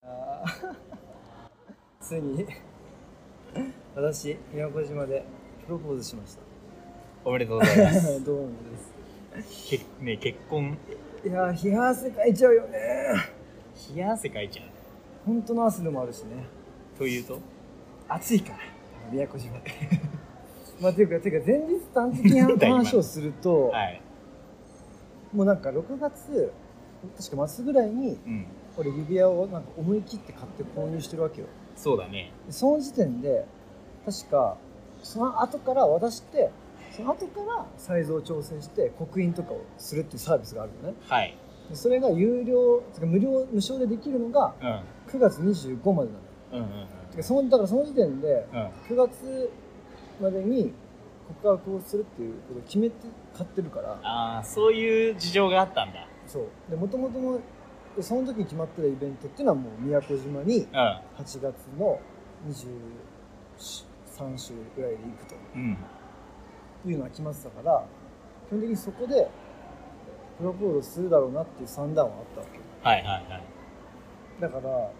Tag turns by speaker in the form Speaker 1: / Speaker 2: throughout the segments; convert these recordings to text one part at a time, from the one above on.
Speaker 1: ついに私宮古島でプロポーズしました
Speaker 2: おめでとうございま す
Speaker 1: どうもで
Speaker 2: け、ね、結婚
Speaker 1: すいやー冷や汗かいちゃうよね
Speaker 2: 冷や汗かいちゃう
Speaker 1: 本当の汗でもあるしね
Speaker 2: というと
Speaker 1: 暑いから宮古島 まあていうかていうか前日短期的な話をする と、
Speaker 2: はい
Speaker 1: もうなんか6月確か末ぐらいに
Speaker 2: うん
Speaker 1: 俺指輪をなんか思い切って買って購入してるわけよ
Speaker 2: そうだね
Speaker 1: でその時点で確かその後から渡してその後からサイズを調整して刻印とかをするっていうサービスがあるのね
Speaker 2: はい
Speaker 1: でそれが有料つうか無料無償でできるのが
Speaker 2: う
Speaker 1: 9
Speaker 2: ん
Speaker 1: 月25までなのよ
Speaker 2: うんうんうん
Speaker 1: てかそのだからその時点で
Speaker 2: うん
Speaker 1: 9月までに告白をするっていうことを決めて買ってるから
Speaker 2: ああそういう事情があったんだ
Speaker 1: そうで元々のでその時に決まってたイベントっていうのはもう宮古島に
Speaker 2: う
Speaker 1: 8月の23週ぐらいで行くと
Speaker 2: んうん
Speaker 1: いうのは決まってたから基本的にそこでプロポーズするだろうなっていう算段はあったわけ
Speaker 2: はいはいはい
Speaker 1: だから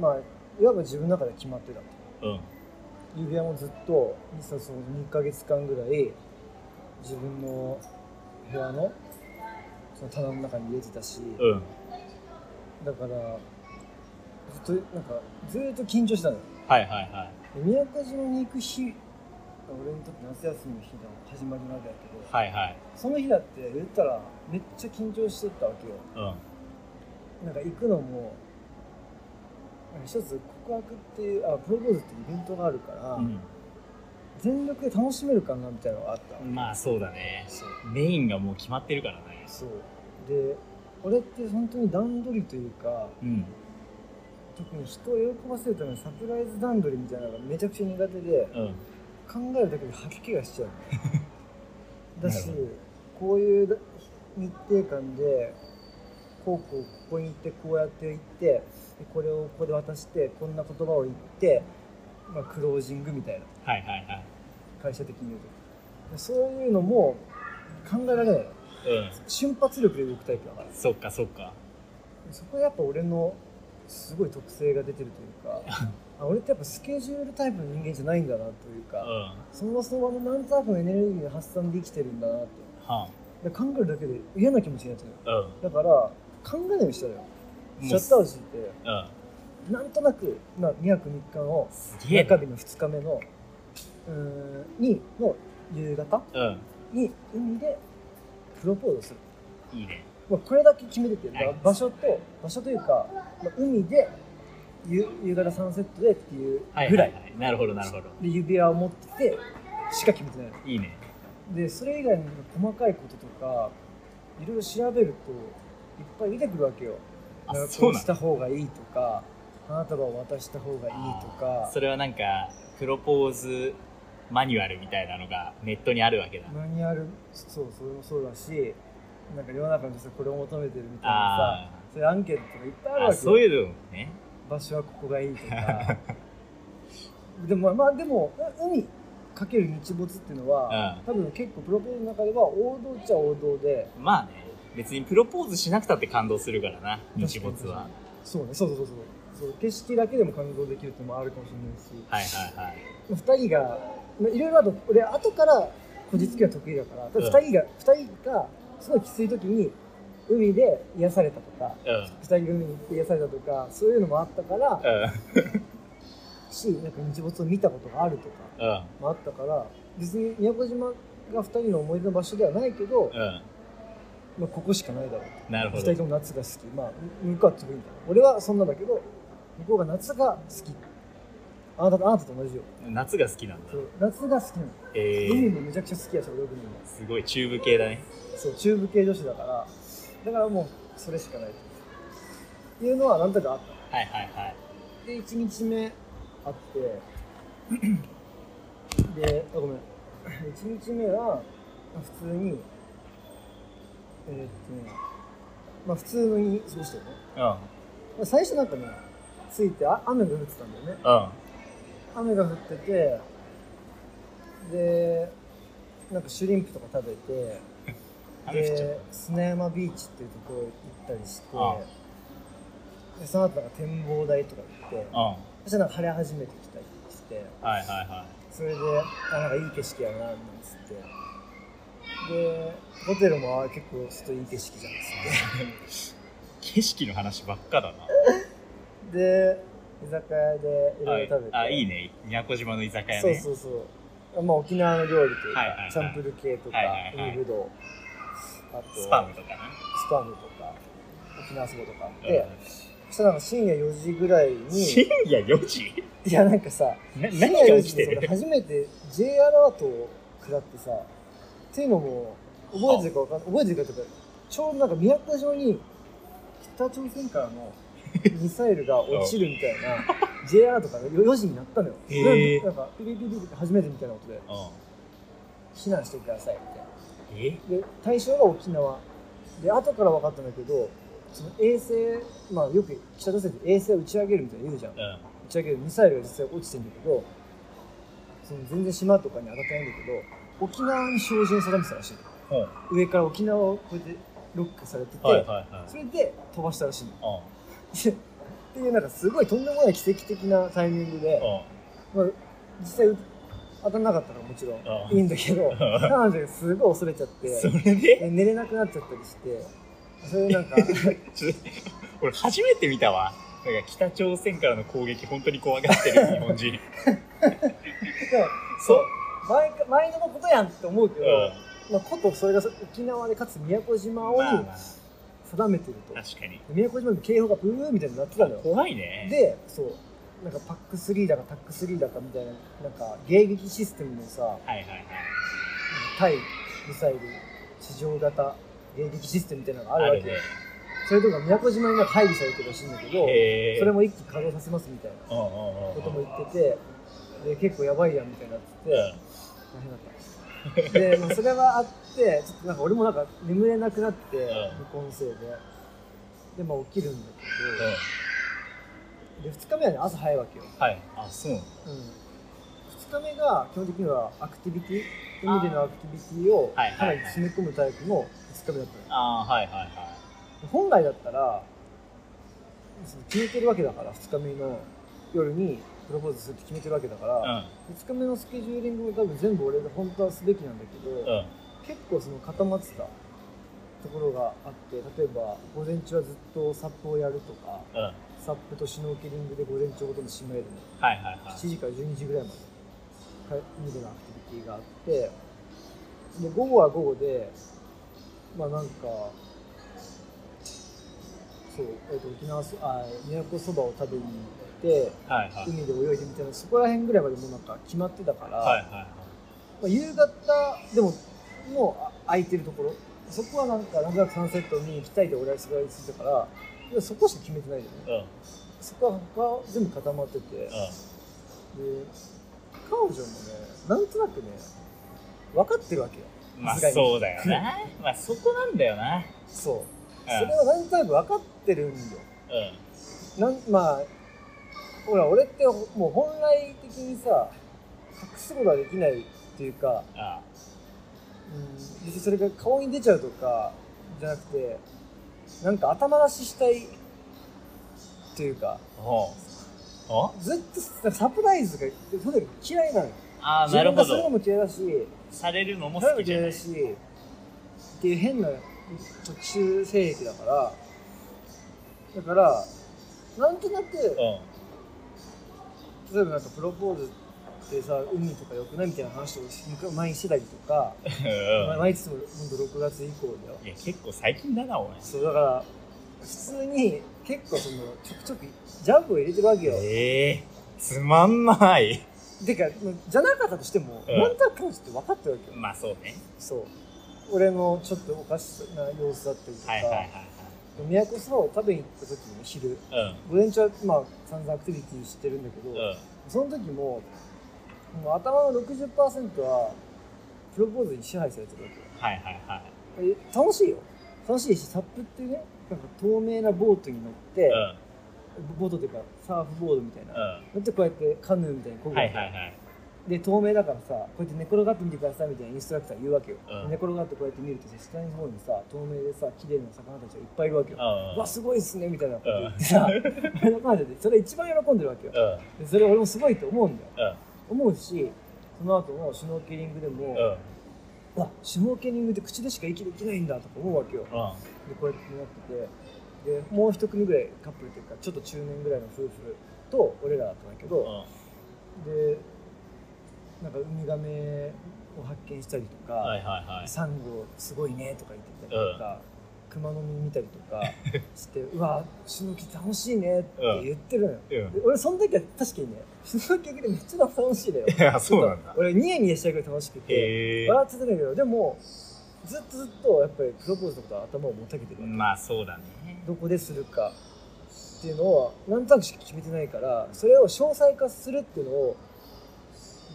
Speaker 1: まあいわば自分の中で決まってたと
Speaker 2: うん
Speaker 1: 指輪もずっとそうそう2ヶ月間ぐらい自分の部屋のその棚の中に入れてたし
Speaker 2: うん
Speaker 1: だからずっとなんかずっと緊張してたのよ
Speaker 2: はいはいはい
Speaker 1: で宮古島に行く日俺にとって夏休みの日の始まりなわけだけど、
Speaker 2: はいはい
Speaker 1: その日だって言ったらめっちゃ緊張してたわけよ
Speaker 2: うん
Speaker 1: なんか行くのもなんか一つ告白っていうあプロポーズっていうイベントがあるから、全力で楽しめるかなみたいなのがあった、
Speaker 2: うん、まあそうだね
Speaker 1: そう
Speaker 2: メインがもう決まってるからね
Speaker 1: そうで俺って本当に段取りというか
Speaker 2: うん
Speaker 1: 特に人を喜ばせるためのサプライズ段取りみたいなのがめちゃくちゃ苦手で
Speaker 2: うん
Speaker 1: 考えるだけで吐き気がしちゃうの だし
Speaker 2: なる
Speaker 1: こういう日程間でこうこうここに行ってこうやって行ってでこれをここで渡してこんな言葉を言って、まあ、クロージングみたいな
Speaker 2: はいはいはい
Speaker 1: 会社的に言うとそういうのも考えられない
Speaker 2: うん
Speaker 1: 瞬発力で動くタイプだから
Speaker 2: そっかそっか
Speaker 1: そこはやっぱ俺のすごい特性が出てるという かあ俺ってやっぱスケジュールタイプの人間じゃないんだなという
Speaker 2: う
Speaker 1: か、
Speaker 2: んは
Speaker 1: その場その場のなんとなくのエネルギーで発散できてるんだなって
Speaker 2: あ
Speaker 1: で考えるだけで嫌な気持ちになっちゃう
Speaker 2: うん
Speaker 1: だから考えないようにしたのよ
Speaker 2: う
Speaker 1: シャッターを敷いて
Speaker 2: うん
Speaker 1: なんとなく、まあ、2泊3日の
Speaker 2: すげえ
Speaker 1: 中
Speaker 2: な
Speaker 1: 日の2日目のうーんにの夕方
Speaker 2: うん
Speaker 1: に海でプロポーズする
Speaker 2: いいね
Speaker 1: まあ、これだけ決めてて、
Speaker 2: はい
Speaker 1: ば場所と場所というか、まあ、海で夕夕方サンセットでっていう
Speaker 2: はい
Speaker 1: ぐ
Speaker 2: は
Speaker 1: ら
Speaker 2: い
Speaker 1: い
Speaker 2: はいなるほどなるほど
Speaker 1: で指輪を持っててしか決めてない
Speaker 2: いいね
Speaker 1: でそれ以外の細かいこととかいろいろ調べるといっぱい出てくるわけよ
Speaker 2: あ
Speaker 1: だから
Speaker 2: そう
Speaker 1: こ
Speaker 2: な
Speaker 1: う
Speaker 2: の
Speaker 1: した方がいいとか花束を渡した方がいいとか
Speaker 2: それはなんかプロポーズマニュアルみたいなのがネットにあるわけだ
Speaker 1: マニュアルそうそれもそうだしなんか世の中の女性はこれを求めてるみたいなさ
Speaker 2: あ
Speaker 1: そういうアンケートとかいっぱいある
Speaker 2: ー
Speaker 1: わ
Speaker 2: あ
Speaker 1: けよ
Speaker 2: そういうのね
Speaker 1: 場所はここがいいとかでもまあでもう海かける日没っていうのは、多分結構プロポーズの中では王道っちゃ王道で
Speaker 2: まあね別にプロポーズしなくたって感動するからな日没は
Speaker 1: そうねそうそうそうそうそう景色だけでも感動できるってのもあるかもしれないし
Speaker 2: はいはいはい
Speaker 1: 2人がまあいろいろあと俺後からこじつけは得意だから
Speaker 2: うん
Speaker 1: 2人が、二人がすごいきつい時に海で癒されたとか
Speaker 2: うん
Speaker 1: 2人が海に行って癒されたとかそういうのもあったからしなんか日没を見たことがあるとか
Speaker 2: うんうん
Speaker 1: もあったから別に宮古島が2人の思い出の場所ではないけど、
Speaker 2: うん
Speaker 1: まあ、ここしかないだろう
Speaker 2: なるほ
Speaker 1: 2
Speaker 2: ど
Speaker 1: 人とも夏が好きまあ向こうは特にだ俺はそんなんだけど向こうが夏が好きあなたあなたと同じよ
Speaker 2: 夏が好きなんだ
Speaker 1: そう夏が好きなの、
Speaker 2: え
Speaker 1: 海
Speaker 2: ー、
Speaker 1: もめちゃくちゃ好きやし俺よく見るの
Speaker 2: すごいチューブ系だね
Speaker 1: そう中部系女子だからだからもうそれしかないっていうのは何とかあっ
Speaker 2: はいはいはい
Speaker 1: たで1日目あってであごめん1日目はまあ普通にえーっとねまあ普通のに過ごしたよねまあ最初なんかね着いてあ雨が降ってたんだよね
Speaker 2: うんうん
Speaker 1: 雨が降っててでなんかシュリンプとか食べて
Speaker 2: 雨降っちゃっ
Speaker 1: で砂山ビーチっていうところ行ったりして
Speaker 2: あ
Speaker 1: でその後なんか展望台とか行って
Speaker 2: たうん
Speaker 1: そしたらなんか晴れ始めてきたりして
Speaker 2: はいはいは
Speaker 1: それであなんかいい景色やななんつってでホテルもあ結構ちょっといい景色じゃんっ つ
Speaker 2: い景色の話ばっかだ
Speaker 1: っ
Speaker 2: な
Speaker 1: てで居酒屋でいろいろ食べて
Speaker 2: ああいいね宮古島の居酒屋ね
Speaker 1: そうそうそう、まあ、沖縄の料理というか、
Speaker 2: はいはいはい
Speaker 1: チャンプル系とか、
Speaker 2: はいはいはい
Speaker 1: 海ぶどうあと
Speaker 2: スパムとかね
Speaker 1: スパムとか沖縄そばとかあって、
Speaker 2: うん
Speaker 1: そしたらなんか深夜4時ぐらいに
Speaker 2: 深夜4時
Speaker 1: いやなんかさ
Speaker 2: な
Speaker 1: 深
Speaker 2: 何
Speaker 1: 夜4
Speaker 2: が起
Speaker 1: 時
Speaker 2: き
Speaker 1: で
Speaker 2: て
Speaker 1: それ
Speaker 2: る
Speaker 1: 初めて J アラートを下ってさっていうのも覚えてるかわかん覚えてるかというかちょうどなんか宮古島に北朝鮮から のミサイルが落ちるみたいな J アラートが4時になったのよ、
Speaker 2: へー
Speaker 1: なんかピリピリって初めてみたいなことで
Speaker 2: う
Speaker 1: 避難してくださいみたいなん
Speaker 2: え
Speaker 1: で対象が沖縄で後から分かったんだけどその衛星まあよく北朝鮮って衛星を打ち上げるみたいなの言うじゃん
Speaker 2: う
Speaker 1: 打
Speaker 2: ん
Speaker 1: ち上げるミサイルが実際落ちてんだけどその全然島とかに当たってないんだけど沖縄に照準定めてたらしいの
Speaker 2: うん
Speaker 1: 上から沖縄をこうやってロックされてて、
Speaker 2: はいはいはい
Speaker 1: それで飛ばしたらしいの
Speaker 2: うん
Speaker 1: っていうなんかすごいとんでもない奇跡的なタイミングで、まあ、実際当たんなかったからもちろ
Speaker 2: あ
Speaker 1: ん
Speaker 2: あ
Speaker 1: いいんだけど彼女がすごい恐れちゃって
Speaker 2: うん それで
Speaker 1: え寝れなくなっちゃったりしてそれなん か
Speaker 2: ちょっと俺初めて見たわなんか北朝鮮からの攻撃本当に怖がっ てる日本人
Speaker 1: そう毎回毎度のことやんって思うけ
Speaker 2: う
Speaker 1: ど、まあ、ことそれが沖縄でかつ宮古島を
Speaker 2: まあまあ
Speaker 1: 定めてると、
Speaker 2: 確かに
Speaker 1: 宮古島の警報がブーみたいになってたのよ
Speaker 2: 怖いね
Speaker 1: でそうなんかパック3だかタック3だかみたいななんか迎撃システムのさ
Speaker 2: はいはいはい
Speaker 1: 対ミサイル地上型迎撃システムみたいなのがあ
Speaker 2: あ
Speaker 1: るわ
Speaker 2: る
Speaker 1: け
Speaker 2: ね
Speaker 1: よそれとか宮古島になんか配備されてるらしいんだけど、
Speaker 2: へえ
Speaker 1: それも一気に稼働させますみたいな
Speaker 2: うんうんうん
Speaker 1: こと
Speaker 2: う
Speaker 1: も
Speaker 2: ん
Speaker 1: 言っててで結構やばいやんみたいになってて、
Speaker 2: うん
Speaker 1: 大変だったで、まあ、それはあってちょっとなんか俺もなんか眠れなくなって、
Speaker 2: ん
Speaker 1: 離婚のせいででまあ起きるんだけど、で2日目はね朝早いわけよ、
Speaker 2: はいあそうなんだ
Speaker 1: うん、2日目が基本的にはアクティビティ海でのアクティビティを
Speaker 2: はいはいはい
Speaker 1: かなり詰め込むタイプの2日目だったの
Speaker 2: あーはいはいは
Speaker 1: で本来だったらその決めてるわけだから2日目の夜にプロポーズするって決めてるわけだから、
Speaker 2: い
Speaker 1: 2日目のスケジューリングも多分全部俺で本当はすべきなんだけど、
Speaker 2: うんうん
Speaker 1: 結構その固まってたところがあって例えば午前中はずっとサップをやるとか
Speaker 2: うんはい
Speaker 1: サップとシュノーケリングで午前中ほとんど閉めるの
Speaker 2: はいは
Speaker 1: 7時から12時ぐらいまでか海でのアクティビティがあってで午後は午後でまあなんかそう、えー、と沖縄そあ宮古そばを食べに行って
Speaker 2: いはいはい
Speaker 1: 海で泳いでみたいなそこら辺ぐらいまでもうなんか決まってたから、
Speaker 2: はいはいはい
Speaker 1: まあ、夕方でももうあ空いてるところそこはなんかなんとなくサンセットに行きたいで俺はすごいついたからいやそこしか決めてないよね
Speaker 2: うんうん
Speaker 1: そこは他は全部固まっててで彼女もねなんとなくね分かってるわけよ
Speaker 2: まあ
Speaker 1: さすがに
Speaker 2: そうだよなまあそこなんだよな
Speaker 1: そううんそれはなんとなく分かってるんよ
Speaker 2: うん
Speaker 1: なんまあほら俺ってもう本来的にさ隠すことはできないっていうか
Speaker 2: あ
Speaker 1: うん別にそれが顔に出ちゃうとかじゃなくてなんか頭出ししたいっていうか
Speaker 2: おお
Speaker 1: ずっとなんかサプライズがホテル嫌いなのよ
Speaker 2: あー
Speaker 1: 自
Speaker 2: なる
Speaker 1: 分
Speaker 2: ほ
Speaker 1: がするの
Speaker 2: ど
Speaker 1: も嫌いだし
Speaker 2: されるのも
Speaker 1: 食べる
Speaker 2: 好
Speaker 1: の
Speaker 2: き
Speaker 1: も
Speaker 2: じ
Speaker 1: 嫌い
Speaker 2: ゃな
Speaker 1: だ
Speaker 2: い
Speaker 1: しっていう変な特殊性癖だからだからなんとなく
Speaker 2: うん
Speaker 1: 例えばなんかプロポーズってさ海とか良くないみたいな話を昔前にしてたりとか、
Speaker 2: うん
Speaker 1: 毎日も本当6月以降だよ
Speaker 2: いや結構最近だなお前
Speaker 1: そうだから普通に結構そのちょくちょくジャブを入れてるわけよ、
Speaker 2: ええつまんない
Speaker 1: てかじゃなかったとしても、
Speaker 2: うん
Speaker 1: なんとなく彼女って分かってるわけよ
Speaker 2: まあそうね
Speaker 1: そう俺のちょっとおかしな様子だったりとか、
Speaker 2: はいはいはい
Speaker 1: 宮古そばを食べに行った時に昼
Speaker 2: はい
Speaker 1: 午前中はまあ散々アクティビティしてるんだけど、
Speaker 2: うんうん
Speaker 1: その時ももう頭の60%はプロポーズに支配されてるわけよ
Speaker 2: はいはいはい
Speaker 1: え楽しいよ楽しいしサップっていうねなんか透明なボートに乗って、
Speaker 2: うん
Speaker 1: ボートというかサーフボードみたいな、
Speaker 2: う
Speaker 1: だ
Speaker 2: ん
Speaker 1: ってこうやってカヌーみたいにこぐ、
Speaker 2: はいはいはい
Speaker 1: で透明だからさこうやって寝転がってみてくださいみたいなインストラクター言うわけよ、
Speaker 2: うん
Speaker 1: 寝転がってこうやって見るとさ下の方にさ透明でさ綺麗な魚たちがいっぱいいるわけよ、うわすごいっすねみたいなこと言ってさ、俺の彼女 でそれ一番喜んでるわけよ
Speaker 2: うんうん
Speaker 1: でそれ俺もすごいと思うんだよ
Speaker 2: うん
Speaker 1: 思うしその後のシュノーケリングでも、
Speaker 2: うん
Speaker 1: うわシュノーケリングって口でしか息できないんだとか思うわけよで
Speaker 2: うん
Speaker 1: こうやってなっててでもう一組ぐらいカップルっていうかちょっと中年ぐらいの夫婦と俺らだったんだけど、
Speaker 2: うん
Speaker 1: でなんかウミガメを発見したりとか、
Speaker 2: はいはいはい
Speaker 1: サンゴすごいねとか言ってたりとか、熊の実見たりと かしてうわシュノキ楽しいねって言ってるのよ、
Speaker 2: うん
Speaker 1: で俺その時は確かにねシュノキでめっちゃ楽しいだよ
Speaker 2: いや そうなんだ
Speaker 1: 俺ニヤニヤしたぐらい楽しくて
Speaker 2: へえ
Speaker 1: 笑ってたんだけどでもずっとずっとやっぱりプロポーズのことは頭をもたげてるわけ、
Speaker 2: まあそうだね
Speaker 1: どこでするかっていうのをなんとなくしか決めてないからそれを詳細化するっていうのを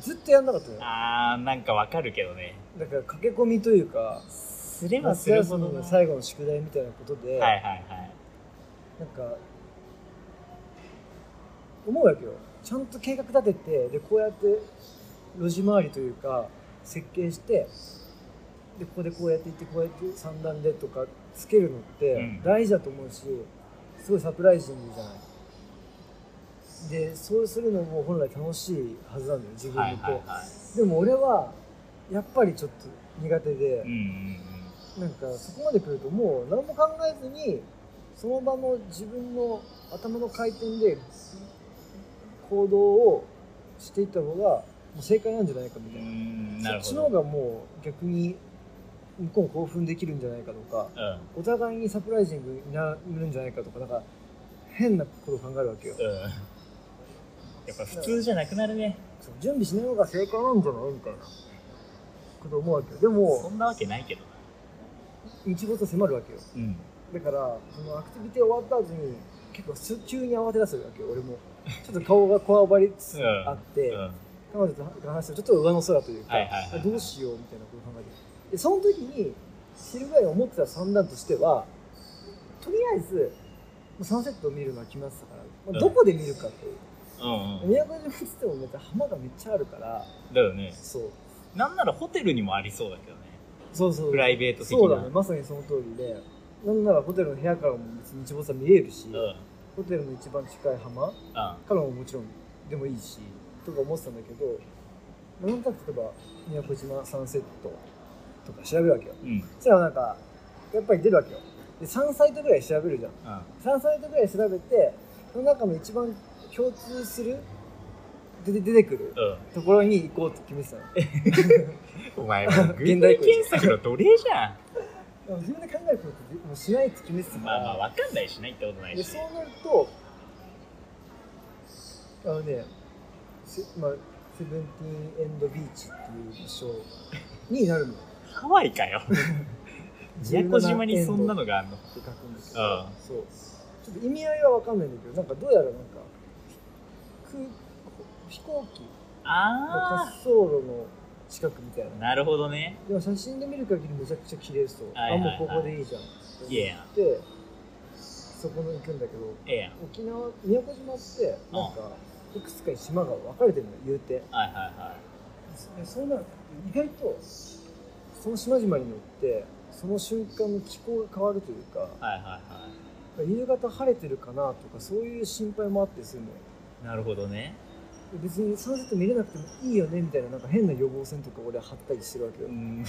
Speaker 1: ずっとやんなかったのよ
Speaker 2: あーなんかわかるけどね
Speaker 1: だから駆け込みというか
Speaker 2: すれば
Speaker 1: 夏
Speaker 2: する
Speaker 1: 休
Speaker 2: ほ
Speaker 1: み
Speaker 2: どな
Speaker 1: の最後の宿題みたいなことで、
Speaker 2: はいはいはい
Speaker 1: なんか思うわけよちゃんと計画立ててでこうやって路地回りというか設計してでここでこうやって行ってこうやって三段でとかつけるのっ
Speaker 2: う
Speaker 1: て
Speaker 2: ん
Speaker 1: 大事だと思うし、すごいサプライズングじゃないでそうするのも本来楽しいはずなんだよ自分
Speaker 2: は
Speaker 1: に
Speaker 2: い
Speaker 1: と、
Speaker 2: はいは
Speaker 1: でも俺はやっぱりちょっと苦手で、
Speaker 2: いうんうん
Speaker 1: なんかそこまで来るともう何も考えずにその場の自分の頭の回転で行動をしていった方がもう正解なんじゃないかみ
Speaker 2: うんう
Speaker 1: たいな,、
Speaker 2: んなる
Speaker 1: そっち
Speaker 2: ほ
Speaker 1: の方
Speaker 2: ど
Speaker 1: がもう逆に向こうも興奮できるんじゃないかとか
Speaker 2: うん
Speaker 1: お互いにサプライジングになるんじゃないかとかなんか変なことを考えるわけよ
Speaker 2: うんやっぱ普通じゃなくなるね
Speaker 1: そう準備しない方が正解なんじゃないみたいなこと思うわけよで
Speaker 2: そ
Speaker 1: も
Speaker 2: んなわけないけどな
Speaker 1: 日没は迫るわけよ
Speaker 2: うん
Speaker 1: だからそのアクティビティ終わった後に結構す急に慌て出すわけよ俺もちょっと顔がこわばりつつ
Speaker 2: うん
Speaker 1: あって、
Speaker 2: うん
Speaker 1: 彼女と話すとちょっと上の空というか、
Speaker 2: はいはいはい
Speaker 1: あどうしようみたいなことを考えてでその時にシルバイが思ってた三段としてはとりあえずもうサンセットを見るのは決まってたから、まあ、どこで見るかっていう、
Speaker 2: うんうん
Speaker 1: 宮古島っつってもめっちゃ浜がめっちゃあるから
Speaker 2: だよね
Speaker 1: そう
Speaker 2: なんならホテルにもありそうだけどね
Speaker 1: そうそう
Speaker 2: プライベート的な
Speaker 1: そうだねまさにその通りでなんならホテルの部屋からも別に日没は見えるし、
Speaker 2: うんうん
Speaker 1: ホテルの一番近い浜
Speaker 2: あ
Speaker 1: からももちろんでもいいしとか思ってたんだけどなんとなく例えば宮古島サンセットとか調べるわけよ
Speaker 2: うん
Speaker 1: そしたらなんかやっぱり出るわけよで3サイトぐらい調べるじゃん
Speaker 2: うん
Speaker 1: 3サイトぐらい調べてその中の一番共通するでで出てくる
Speaker 2: うん
Speaker 1: ところに行こうって決めてたの
Speaker 2: お前もう
Speaker 1: 現
Speaker 2: Google
Speaker 1: 代語
Speaker 2: 検索の奴隷じゃん
Speaker 1: でも自分で考えることってもうしないって決めてたか
Speaker 2: まあまあ
Speaker 1: ら
Speaker 2: わかんないしないってことない
Speaker 1: で
Speaker 2: し
Speaker 1: そうなるとあのねせまあ、セブンティーンエンドビーチっていう場所になるの
Speaker 2: ハワイ かよ 宮古島にそんな
Speaker 1: のっ
Speaker 2: のがあんの
Speaker 1: て書くんだけど
Speaker 2: ああ
Speaker 1: そうちょっと意味合いは分かんないんだけどなんかどうやらなんか空飛行機の滑
Speaker 2: あ
Speaker 1: 走路の近くみたい
Speaker 2: あ
Speaker 1: な
Speaker 2: なるほどね
Speaker 1: でも写真で見る限りめちゃくちゃ綺麗そう、
Speaker 2: はいはいはい
Speaker 1: あもうここでいいじゃんって思
Speaker 2: いや
Speaker 1: ってそこの行くんだけど
Speaker 2: ええやん
Speaker 1: 沖縄宮古島ってなんかいくつかに島が分かれてるのよ言うて
Speaker 2: はいはいは
Speaker 1: でそうなると意外とその島々によってその瞬間の気候が変わるというか
Speaker 2: いはいはいは
Speaker 1: 夕方晴れてるかなとかそういう心配もあってするのよ
Speaker 2: いなるほどね
Speaker 1: で別にサンセット見れなくてもいいよねみたいななんか変な予防線とか俺は張ったりしてるわけ
Speaker 2: う
Speaker 1: よ、
Speaker 2: ん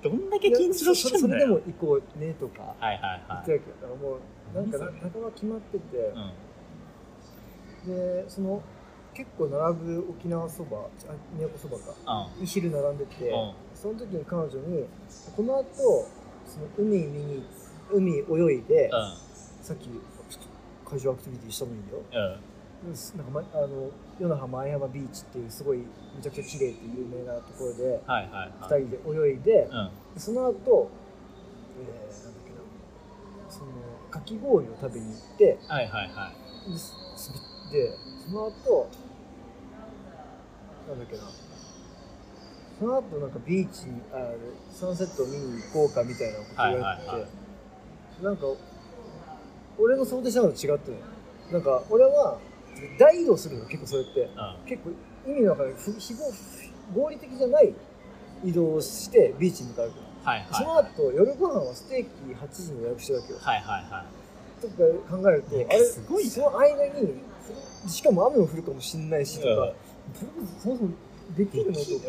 Speaker 2: どんだけ緊張し
Speaker 1: そ
Speaker 2: て
Speaker 1: れ
Speaker 2: ん
Speaker 1: それ
Speaker 2: だ
Speaker 1: で
Speaker 2: よ
Speaker 1: も行こうねとか
Speaker 2: はいはい
Speaker 1: 言っ
Speaker 2: は
Speaker 1: てるわけだからもうなんかな
Speaker 2: 何それ
Speaker 1: 仲間決まってて、
Speaker 2: いうん
Speaker 1: でその結構並ぶ沖縄そばあ宮古そばか
Speaker 2: う
Speaker 1: に昼並んでて、
Speaker 2: んうん
Speaker 1: その時に彼女にこの後その海見に海泳いで、
Speaker 2: うん
Speaker 1: さっき海上アクティビティしたのいいよ
Speaker 2: うん
Speaker 1: なんか、ま、あの与那覇前山ビーチっていうすごいめちゃくちゃ綺麗って有名なところで
Speaker 2: はいはいはい
Speaker 1: 2人で泳いで
Speaker 2: うん
Speaker 1: その後、えー、なんだっけなそのかき氷を食べに行って
Speaker 2: はいはいはい
Speaker 1: ですでその後なんだっけなその後なんかビーチにあサンセットを見に行こうかみたいなこと言われてて、
Speaker 2: はいはいは
Speaker 1: なんか俺の想定したのと違ったのよなんか俺は大移動するよ結構それって
Speaker 2: あ
Speaker 1: 結構意味の分かるふ非合合理的じゃない移動をしてビーチに向かうから
Speaker 2: はいはい
Speaker 1: その後夜ご飯はステーキ8時に予約してるわけよ
Speaker 2: はいはいは
Speaker 1: とか考えると
Speaker 2: い
Speaker 1: あれ
Speaker 2: すごいな
Speaker 1: その間にしかも雨も降るかもしれないしとか、それこそそもそもできるのと
Speaker 2: できる
Speaker 1: か、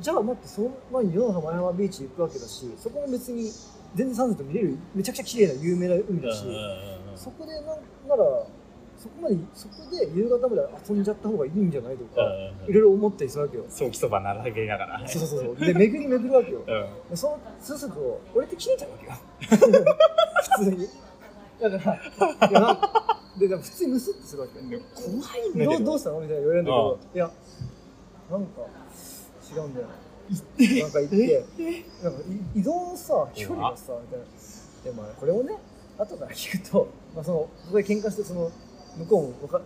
Speaker 1: じゃあ待って、その前に世の中前浜ビーチ行くわけだし、そこも別に全然サンセット見れる、めちゃくちゃ綺麗な有名な海
Speaker 2: い
Speaker 1: だし、
Speaker 2: うん
Speaker 1: そこでなんなら、そこまで、そこで夕方まで遊んじゃった方がいいんじゃないと
Speaker 2: う
Speaker 1: か、
Speaker 2: んうん
Speaker 1: いろいろ思ったりするわけよ。
Speaker 2: 早期そば並べながら
Speaker 1: そうそうそうそう。で、巡り巡るわけよ。
Speaker 2: うん
Speaker 1: でそうそうすると、俺って切れちゃうわけ よ。普通に。だから、いやなんかで、でも普通にムスってするわけよ。
Speaker 2: 怖い
Speaker 1: どうどう
Speaker 2: し
Speaker 1: したのみたいな言われるんだけど、いや、なんか違うんだよ。なんか行って、なんかい移動のさ、距離がさ、みたいな。でもこれをね、後から聞くと、まあ、そのそこで喧嘩して、その向こうもわか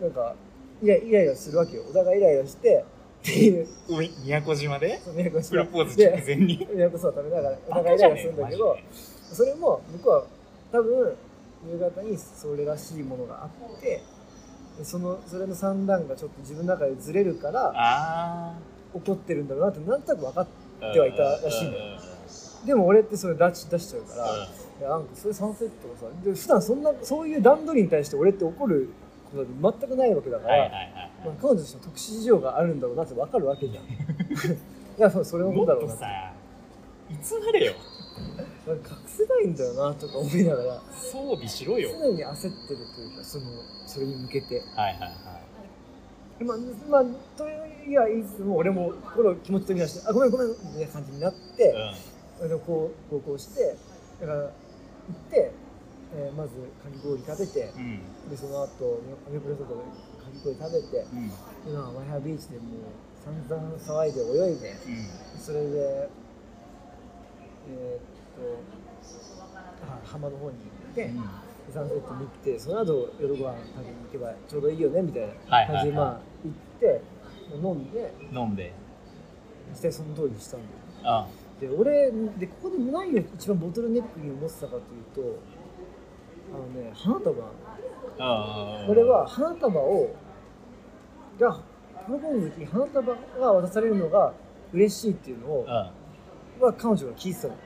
Speaker 1: なんかイライイライラするわけよ。お互いイライラして、っていう、
Speaker 2: 宮古島で
Speaker 1: その宮古
Speaker 2: プ
Speaker 1: 島
Speaker 2: ロポーズ直
Speaker 1: で、
Speaker 2: 前に
Speaker 1: 宮古島を食べながら、お互いイライラするんだけど、それも向こうは多分夕方にそれらしいものがあってでそのそれの算段がちょっと自分の中でずれるから
Speaker 2: あ
Speaker 1: 怒ってるんだろうなってなんとなく分かっ
Speaker 2: あ
Speaker 1: ではいたらしいのよても俺ってそれ出し出しちゃうから、いやなんかそれサンセットがさで普段そんなそういう段取りに対して俺って怒ることなんて全くないわけだから、
Speaker 2: はいはいはい
Speaker 1: まあ、彼女たちの特殊事情があるんだろうなって分かるわけじ ゃんだからそれのこ
Speaker 2: も
Speaker 1: とだ
Speaker 2: っ
Speaker 1: ろう
Speaker 2: と
Speaker 1: なって
Speaker 2: さいつまでよ
Speaker 1: なんか隠せないんだよなとか思いながら
Speaker 2: 装備しろよ
Speaker 1: 常に焦ってるというかそのそれに向けて
Speaker 2: はいはいはい
Speaker 1: まあ、まあ、といやいつも俺も心を気持ち取り出して、あ、ごめんごめんみたいな感じになって、でもこう、こうこうして、だから行って、えーまずかき氷食べて、で
Speaker 2: うんうん
Speaker 1: その後、アメプロとかでかき氷食べて、
Speaker 2: うん
Speaker 1: でなんかマイハービーチでもう散々騒いで泳いで、
Speaker 2: うん
Speaker 1: それで、えーっと、は浜の方に行って、
Speaker 2: うん
Speaker 1: サンセット見てその後夜ご飯食べに行けばちょうどいいよねみたい
Speaker 2: はい
Speaker 1: な
Speaker 2: はいはい
Speaker 1: 感じでまあ行って飲んで
Speaker 2: 飲んで
Speaker 1: 実際その通りにしたんだよ
Speaker 2: あ
Speaker 1: で俺でここで何を一番ボトルネックに思ってたかというとあのね花束
Speaker 2: あ
Speaker 1: 俺は花束をがプロポーズの時に花束が渡されるのが嬉しいっていうのを
Speaker 2: うん
Speaker 1: は彼女が聞いてたの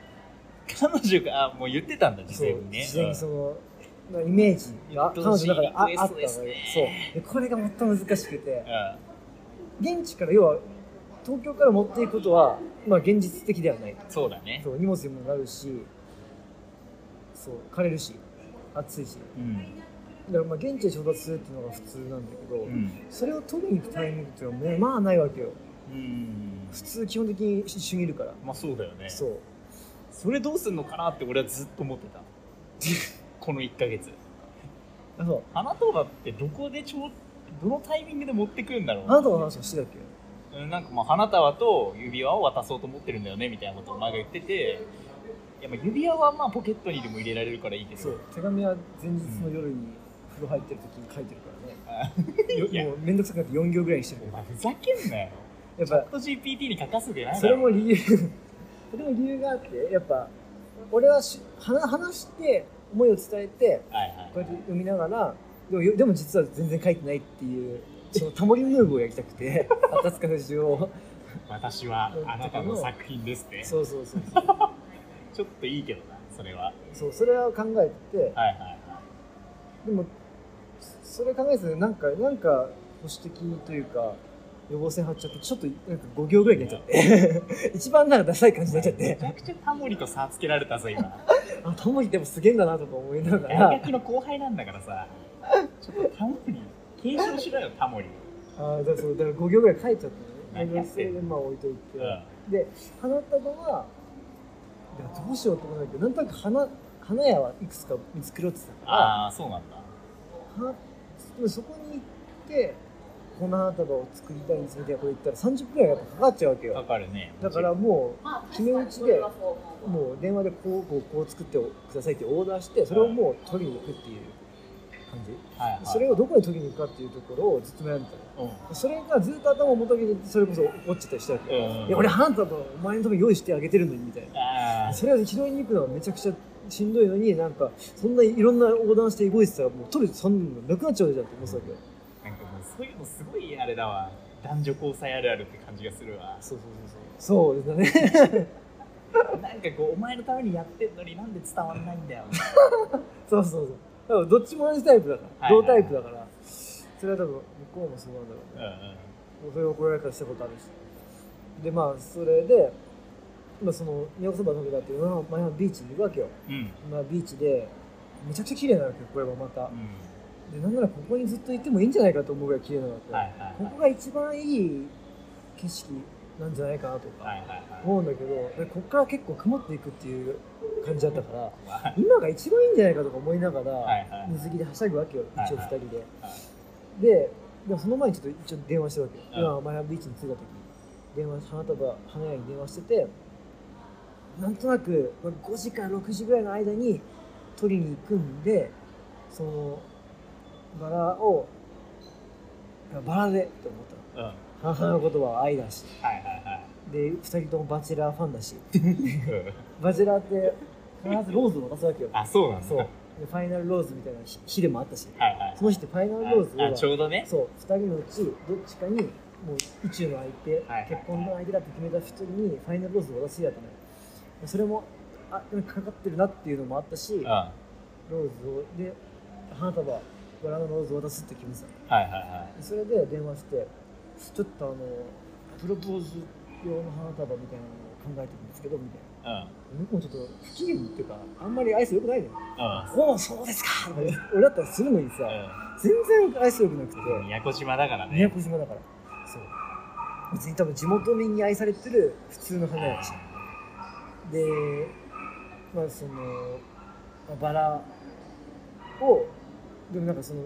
Speaker 2: 彼女があもう言ってたんだ事前にね
Speaker 1: そう事前にその、まあイメージが彼女の中でああ
Speaker 2: リクエ
Speaker 1: あ
Speaker 2: ス
Speaker 1: った
Speaker 2: ト
Speaker 1: の
Speaker 2: で
Speaker 1: よ
Speaker 2: す
Speaker 1: そう
Speaker 2: ね
Speaker 1: でこれが最も難しくて
Speaker 2: うんうん
Speaker 1: 現地から要は東京から持っていくことは、まあ、現実的ではない
Speaker 2: そうだね
Speaker 1: そう荷物にもなるしそう枯れるし暑いし
Speaker 2: うん
Speaker 1: だからまあ現地で調達するっていうのが普通なんだけど、
Speaker 2: うん
Speaker 1: それを取りに行くタイミングっていうのはねまあないわけよ
Speaker 2: うん
Speaker 1: 普通基本的に一緒にいるから、
Speaker 2: まあそうだよね
Speaker 1: そう
Speaker 2: それどうすんのかなって俺はずっと思ってた この1ヶ月
Speaker 1: あそう
Speaker 2: 花束ってどこでちょうどのタイミングで持ってくるんだろう
Speaker 1: あなたの話をしてたっけ
Speaker 2: うんなんかまあ花束と指輪を渡そうと思ってるんだよねみたいなことをお前が言ってていやまあ指輪はまあポケットにでも入れられるからいいけど
Speaker 1: そう手紙は前日の夜に風呂入ってる時に書いてるからね、
Speaker 2: あ
Speaker 1: よ
Speaker 2: いや
Speaker 1: もうめんどくさくなって4行ぐらいにしてる
Speaker 2: お前ふざけんなよ
Speaker 1: けどやっ
Speaker 2: GPT に書かせてないだ
Speaker 1: ぱそ
Speaker 2: ろ
Speaker 1: れも理由 それも理由があってやっぱ俺はし話話して思いを伝えて
Speaker 2: はいはい
Speaker 1: こうやって読みながらでもよでも実は全然書いてないっていうそのタモリムーブをやりたくて赤塚不二夫を
Speaker 2: 私はあなたの作品ですね
Speaker 1: そうそうそうそう
Speaker 2: ちょっといいけどなそれは
Speaker 1: そうそれは考えてて
Speaker 2: はいはいはい
Speaker 1: でもそれ考えてたらなんかなんか保守的というか予防線張っちゃってちょっとなんか5行ぐらいになっちゃって 一番なんかダサい感じになっちゃって
Speaker 2: めちゃくちゃタモリと差つけられたぞ今
Speaker 1: あタモリでもすげえんだなとか思いながら
Speaker 2: 大学の後輩なんだからさちょっとタモリ継承しろよタモリ
Speaker 1: あーだからそうだから5行ぐらい書いちゃったの
Speaker 2: 何や
Speaker 1: ね
Speaker 2: っ
Speaker 1: それ
Speaker 2: てん
Speaker 1: で
Speaker 2: の
Speaker 1: まあ置いといて、
Speaker 2: うん
Speaker 1: で花束はいやどうしようと思ったけどなんとなく花花屋はいくつか見繕ってたから
Speaker 2: ああそうなんだ
Speaker 1: 花でもそこに行ってこの花束を作りたいんですみたいなこと言ったら30分くらいやっぱかかっちゃうわけ
Speaker 2: わ
Speaker 1: よ
Speaker 2: かるね
Speaker 1: だからもう決め打ちで
Speaker 3: も
Speaker 1: もう電話でこうこうこう作ってくださいってオーダーしてそれをもう取りに行くっていう感じ
Speaker 2: はいはい
Speaker 1: それをどこに取りに行くかっていうところをずっと悩んでたの
Speaker 2: うん
Speaker 1: それがずっと頭をもたげてそれこそ怒っちゃったりしたわけ、
Speaker 2: うん
Speaker 1: いや俺ハンターとお前のために用意してあげてるのにみたいな
Speaker 2: ああ
Speaker 1: それを拾いに行くのはめちゃくちゃしんどいのになんかそんないろんな横断して動いてたらもう取るそんななくなっちゃうじゃんって思ってたけど
Speaker 2: なんかもうそういうのすごいあれだわ男女交際あるあるって感じがするわ
Speaker 1: そうそうそうそうそうですだね
Speaker 2: なんかこうお前のためにやってんのになんで伝わんないんだよ
Speaker 1: そうそうそう多分どっちも同じタイプだから、
Speaker 2: はいはいは
Speaker 1: 同
Speaker 2: い
Speaker 1: タイプだからそれは多分向こうもそうなんだろう
Speaker 2: うん
Speaker 1: ね、
Speaker 2: うん
Speaker 1: それ怒られたりしたことあるしでまあそれで、まあ、その宮古そば食べたっていうのは前はビーチに行くわけよ、
Speaker 2: うん
Speaker 1: まあ、ビーチでめちゃくちゃ綺麗なわけよこれはまた
Speaker 2: う、ん
Speaker 1: でなんならここにずっといてもいいんじゃないかと思うぐらい綺麗なわけよ、
Speaker 2: はいはいはい
Speaker 1: ここが一番いい景色なんじゃないかなと
Speaker 2: は
Speaker 1: か
Speaker 2: いはいはい
Speaker 1: 思うんだけど、でここから結構曇っていくっていう感じだったから
Speaker 2: は
Speaker 1: 今が一番いいんじゃないかとか思いながら、
Speaker 2: はいはい
Speaker 1: 水着ではしゃぐわけよ一応二人で、
Speaker 2: はい
Speaker 1: ででもその前にちょっと一応電話してるわけよ、
Speaker 2: うん
Speaker 1: 今マイアミビーチに着いた時電話花束花屋に電話しててなんとなくまあ5時から6時ぐらいの間に取りに行くんでそのバラをバラでって思っ
Speaker 2: うんはい
Speaker 1: たの花の言葉は愛だし
Speaker 2: は
Speaker 1: で2人ともバチェラーファンだし
Speaker 2: いはいうん
Speaker 1: バチェラーって必ずローズを渡すわけよ
Speaker 2: あそうなんだ
Speaker 1: そうでファイナルローズみたいな日日でもあったし
Speaker 2: はいはい
Speaker 1: その日ってファイナルローズ
Speaker 2: あ
Speaker 1: は
Speaker 2: あちょうどね
Speaker 1: そう2人のうちどっちかにもう宇宙の相手、
Speaker 2: はいはい
Speaker 1: 結婚の相手だって決めた人にファイナルローズを渡す日だったのよそれもあなんかかかってるなっていうのもあったし
Speaker 2: う
Speaker 1: ロ
Speaker 2: んは
Speaker 1: ーズをで花束バラのローズを渡すって決めてたの
Speaker 2: いはいは
Speaker 1: それで電話してちょっとあのプロポーズ用の花束みたいなのを考えてるんですけどみたいない
Speaker 2: う
Speaker 1: 向
Speaker 2: ん
Speaker 1: こうもちょっと不機嫌っていうかあんまり愛想良くないのよ
Speaker 2: うん
Speaker 1: おおそうですかみたいな俺だったらするのにさ全然愛想良くなくて
Speaker 2: うん宮古島だからね
Speaker 1: 宮古島だからそう別に多分地元民に愛されてる普通の花屋しでまあその、まあバラをでもなんかその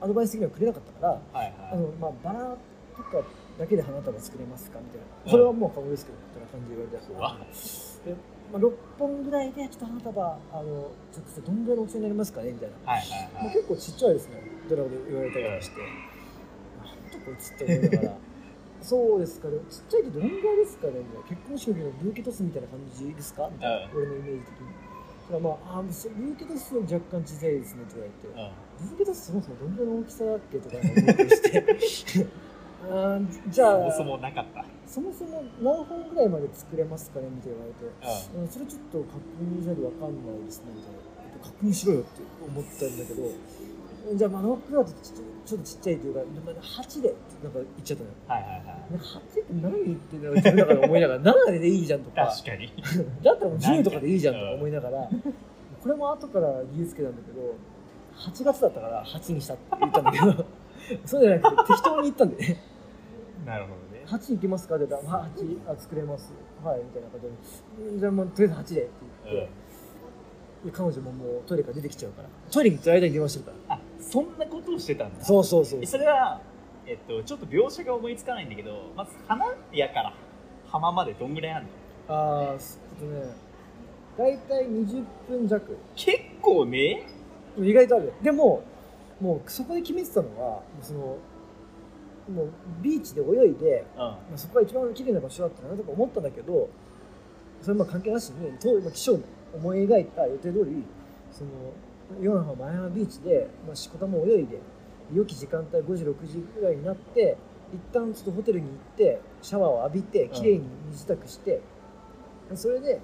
Speaker 1: アドバイス的にはくれなかったから
Speaker 2: はい
Speaker 1: あ
Speaker 2: は
Speaker 1: の、まあ、バラとかだけで花束作れますかみたい
Speaker 2: うん
Speaker 1: なこれはもう顔ですけどみたいな感じで言われた
Speaker 2: うわ
Speaker 1: で、まあ、6本ぐらいでちょっと花束あのちょっとどんぐらいの大きさになりますかねみたいな
Speaker 2: はいはい
Speaker 1: まあ、
Speaker 2: はい
Speaker 1: 結構ちっちゃいですねドラマで言われたりとかして、なんとこいつって思いながら そうですかねちっちゃいってどのぐらいですかねみたいな結婚式の時のブーケトスみたいな感じですかみたいな、俺のイメージ的にそしたらまああーそうブーケトスは若干小さいですねとか言って、
Speaker 2: うん
Speaker 1: ブーケトスそもそもどんぐらいの大きさだっけとか思ったりしてあーじゃあ
Speaker 2: そもそもなかった
Speaker 1: そもそも何本ぐらいまで作れますかねみたいな言われて
Speaker 2: う
Speaker 1: うんそれちょっと確認じゃわかんないですねみたいな確認しろよって思ったんだけどじゃあまあノックアウトちょっとちょっとちっちゃいというかまあ8でってなんか言っちゃったのよ
Speaker 2: んはいはいはい
Speaker 1: 8って何言ってんだろう自分だから思いながら7でいいじゃんとか
Speaker 2: 確かに
Speaker 1: だったらもう10とかでいいじゃんとか思いながらこれも後から理由つけたんだけど8月だったから8にしたって言ったんだけど そうじゃなくて適当に言ったんでね
Speaker 2: なるほどね
Speaker 1: 8行きますかって言ったら「8あ作れますはい」みたいな感じでうん「じゃあもうとりあえず8で」って言って、で彼女ももうトイレから出てきちゃうからトイレに行ってる間に電話してるから
Speaker 2: あそんなことをしてたんだ
Speaker 1: そうそうそう
Speaker 2: えそれは、えっと、ちょっと描写が思いつかないんだけどまず花屋から浜までどんぐらいあるの
Speaker 1: ああすえっとね大体20分弱
Speaker 2: 結構ね
Speaker 1: 意外とあるよでももうそこで決めてたのはそのもうビーチで泳いで
Speaker 2: うんは
Speaker 1: まあそこが一番綺麗な場所だったなとか思ったんだけどそれまあ関係なしに当時気象の思い描いた予定通りそのヨナハマイアミビーチで、まあ、しこたま泳いで良き時間帯5時6時ぐらいになって一旦ちょっとホテルに行ってシャワーを浴びて
Speaker 2: ん
Speaker 1: 綺麗に身支度して、それで、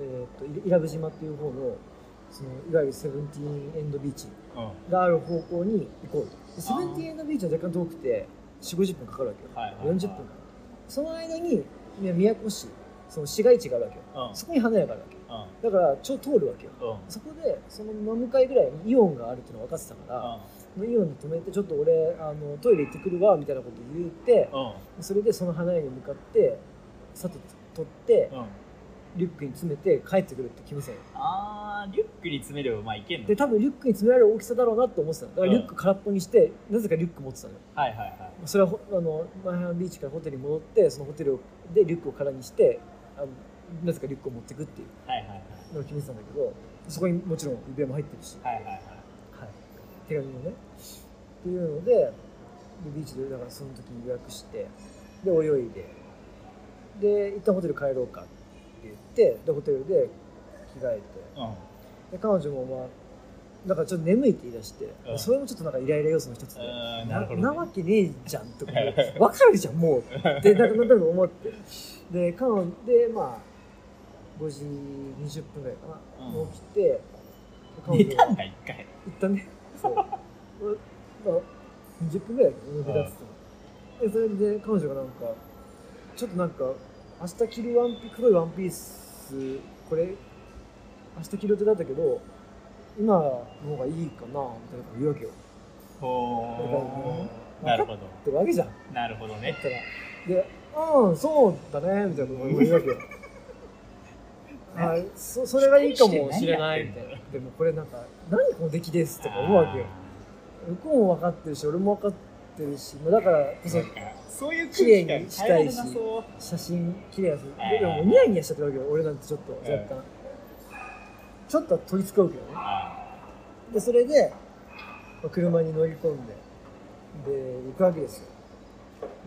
Speaker 1: えーっと伊良部島っていう方のそのいわゆるセブンティーンエンドビーチ
Speaker 2: い
Speaker 1: がある方向に行こうとでセブンティーンエンドビーチは若干遠くて4 5 0分かかるわけよ、
Speaker 2: はいはい
Speaker 1: 40分かなその間にね宮古市その市街地があるわけよ
Speaker 2: うん
Speaker 1: そこに花屋があるわけよ
Speaker 2: うん
Speaker 1: だからちょ通るわけよ
Speaker 2: うん
Speaker 1: そこでその真向かいぐらいにイオンがあるっていうの分かってたから、そのイオンに止めてちょっと俺あのトイレ行ってくるわみたいなこと言って
Speaker 2: うんうん
Speaker 1: それでその花屋に向かってさと取って
Speaker 2: うん
Speaker 1: リュックに詰めて帰ってくるって決めてたのよ
Speaker 2: あーリュックに詰めればまあいけんの
Speaker 1: で多分リュックに詰められる大きさだろうなと思ってたのだからリュック空っぽにしてなぜかリュック持ってたのよ
Speaker 2: はいはいはい
Speaker 1: それはほあのマイハンビーチからホテルに戻ってそのホテルでリュックを空にしてあのなぜかリュックを持っていくっていう
Speaker 2: はいはいはい
Speaker 1: のを決めてたんだけどそこにもちろん指輪も入ってるし、
Speaker 2: はいはいはい
Speaker 1: 手紙もねっていうのででビーチでだからその時に予約してで泳いでで一旦ホテル帰ろうかって言ってでホテルで着替えて
Speaker 2: う
Speaker 1: で
Speaker 2: ん
Speaker 1: 彼女もまあだからちょっと眠いって言い出して、
Speaker 2: うん
Speaker 1: それもちょっとなんかイライラ要素の一つで、
Speaker 2: うんな
Speaker 1: な
Speaker 2: るほどね
Speaker 1: なわけねえじゃんとか分かるじゃんもうってなんかなんとなく思ってで彼女でまあ5時20分ぐらいかな、
Speaker 2: うん
Speaker 1: もう起きてで彼
Speaker 2: 寝
Speaker 1: 女
Speaker 2: た
Speaker 1: は
Speaker 2: んだ一回
Speaker 1: 行ったねそう、 まあ、20分ぐらいかな寝たっつってもでそれで彼女がなんかちょっとなんか明日着るワンピ黒いワンピースこれ明日着る予定だったけど今の方がいいかなみたいなこと言うわけよだから
Speaker 2: ほー
Speaker 1: なか分
Speaker 2: なんる
Speaker 1: か
Speaker 2: ほど
Speaker 1: ってるわけじゃん
Speaker 2: なるほどね
Speaker 1: だからでうんそうだねみたいなこと言うわけよ はい、そそれがいいかもしれないみたいなでもこれなんか何この出来ですとか思うわけよ向こうも分かってるし俺も分かってるし、まあ、だからこ
Speaker 2: そ
Speaker 1: そう
Speaker 2: かそういう
Speaker 1: 綺麗にしたいし
Speaker 2: 空気感変えれなそう
Speaker 1: 写真綺麗やす
Speaker 2: あー
Speaker 1: でもニヤニヤしちゃってるわけよ俺なんてちょっと若干、ちょっとは取り扱うけどね
Speaker 2: あ
Speaker 1: でそれでまあ車に乗り込んでで行くわけですよ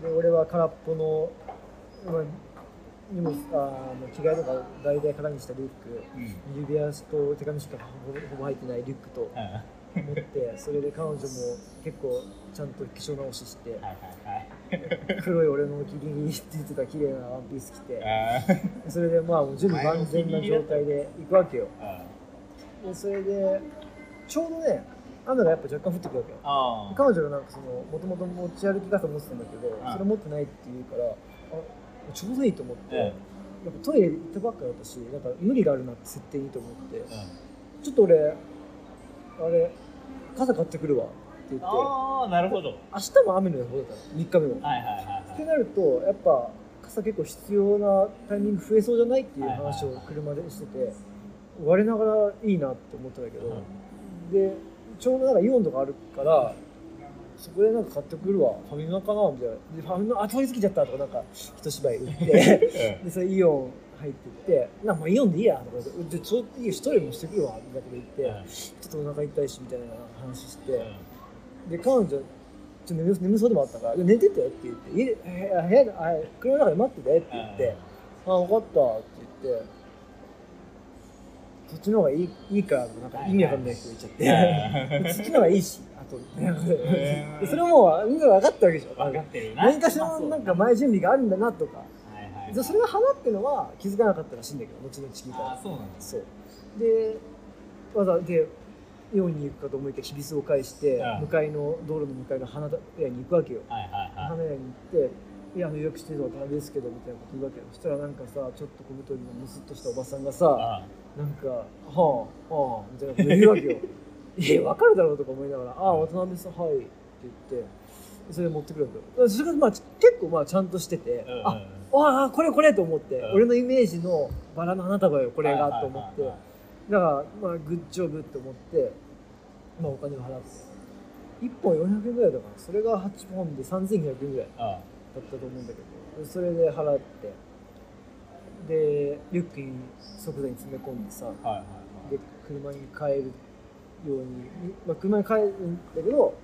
Speaker 1: で俺は空っぽの、まあ、荷物あーまあ着替えとか大体空にしたリュック
Speaker 2: ーうん
Speaker 1: 指輪と手紙しかほぼほぼ入ってないリュックと
Speaker 2: うんは
Speaker 1: 持ってそれで彼女も結構ちゃんと化粧直しして
Speaker 2: いはい
Speaker 1: 黒い俺のお気に入りって言ってた綺麗なワンピース着て
Speaker 2: はいあー
Speaker 1: それでまあもう準備万全な状態で行くわけよ
Speaker 2: あ
Speaker 1: でそれでちょうどね雨がやっぱ若干降ってくるわけよ
Speaker 2: あー
Speaker 1: 彼女がなんかそのもともと持ち歩き傘持ってたんだけど、
Speaker 2: ん
Speaker 1: それ持ってないって言うからあちょうどいいと思って、
Speaker 2: うんうん
Speaker 1: やっぱトイレ行ったばっかだったしなんか無理があるなって設定いいと思ってちょっと俺あれ傘買ってくるわって言って明
Speaker 2: あーなるほど
Speaker 1: 日も雨の予報だったの3日目も。
Speaker 2: はいはいはい
Speaker 1: っ
Speaker 2: は
Speaker 1: て
Speaker 2: い
Speaker 1: なるとやっぱ傘結構必要なタイミング増えそうじゃないっていう話
Speaker 2: はい
Speaker 1: を
Speaker 2: はいはい
Speaker 1: 車でしてて我ながらいいなって思ったんだけど、
Speaker 2: うん
Speaker 1: でちょうどなんかイオンとかあるからそこでなんか買ってくるわファミマかなみたいなでファミマあ通り過ぎちゃったとかなんか一芝居売って でそれイオン入ってって「なもうイオンでいいや」とか言って「でちょうどいいよ一人もしてくるわ」みたいなこと言って、
Speaker 2: うん
Speaker 1: ちょっとお腹痛いしみたいな話して。
Speaker 2: うん
Speaker 1: で彼女ちょっと眠眠そうでもあったから「寝てて」って言って「家でえー部屋であ車の中で待ってて」って言って「あ分かった」って言って「そっちの方がいいいいから」なんか意味わかんないって言っちゃって
Speaker 2: うん
Speaker 1: そっちの方がいいしあと
Speaker 2: へー
Speaker 1: それはもうみんな分かったわけでしょ
Speaker 2: 分かってるな
Speaker 1: 何かしらのなんか
Speaker 2: まあ
Speaker 1: 前準備があるんだなとか
Speaker 2: そうだねはいはい
Speaker 1: でそれが花ってのは気づかなかったらしいんだけど後々聞いたら
Speaker 2: あーそうなんです
Speaker 1: そうでわざでイオンに行くかと思いきやきびすを返して、
Speaker 2: うん
Speaker 1: 向かいの道路の向かいの花屋に行くわけよ、
Speaker 2: はいはいはい
Speaker 1: 花屋に行って「いやあの予約してるのはダメですけど」みたいなこと言うわけよそしたらなんかさちょっと小太りのムスっとしたおばさんがさ
Speaker 2: あ
Speaker 1: なんか「はあはあ」みたいなこと言うわけ よ「いやわかるだろう」とか思いながら「ああ渡辺さんはい」って言ってそれで持ってくるわけよそれがまあち結構まあちゃんとしてて、
Speaker 2: ーうんうん
Speaker 1: あわあこれこれと思って、
Speaker 2: うん
Speaker 1: 俺のイメージのバラの花束よこれ
Speaker 2: は
Speaker 1: が
Speaker 2: いはい
Speaker 1: と思って
Speaker 2: はい
Speaker 1: だ
Speaker 2: は
Speaker 1: からまあグッジョブって思って、まあ、お金を払って1本400円ぐらいだからそれが8本で3200円ぐらいだ
Speaker 2: あ
Speaker 1: ったと思うんだけどそれで払ってでリュックに即座に詰め込んでさ
Speaker 2: ーはいはい
Speaker 1: で車に帰るように、まあ、車に帰るんだけど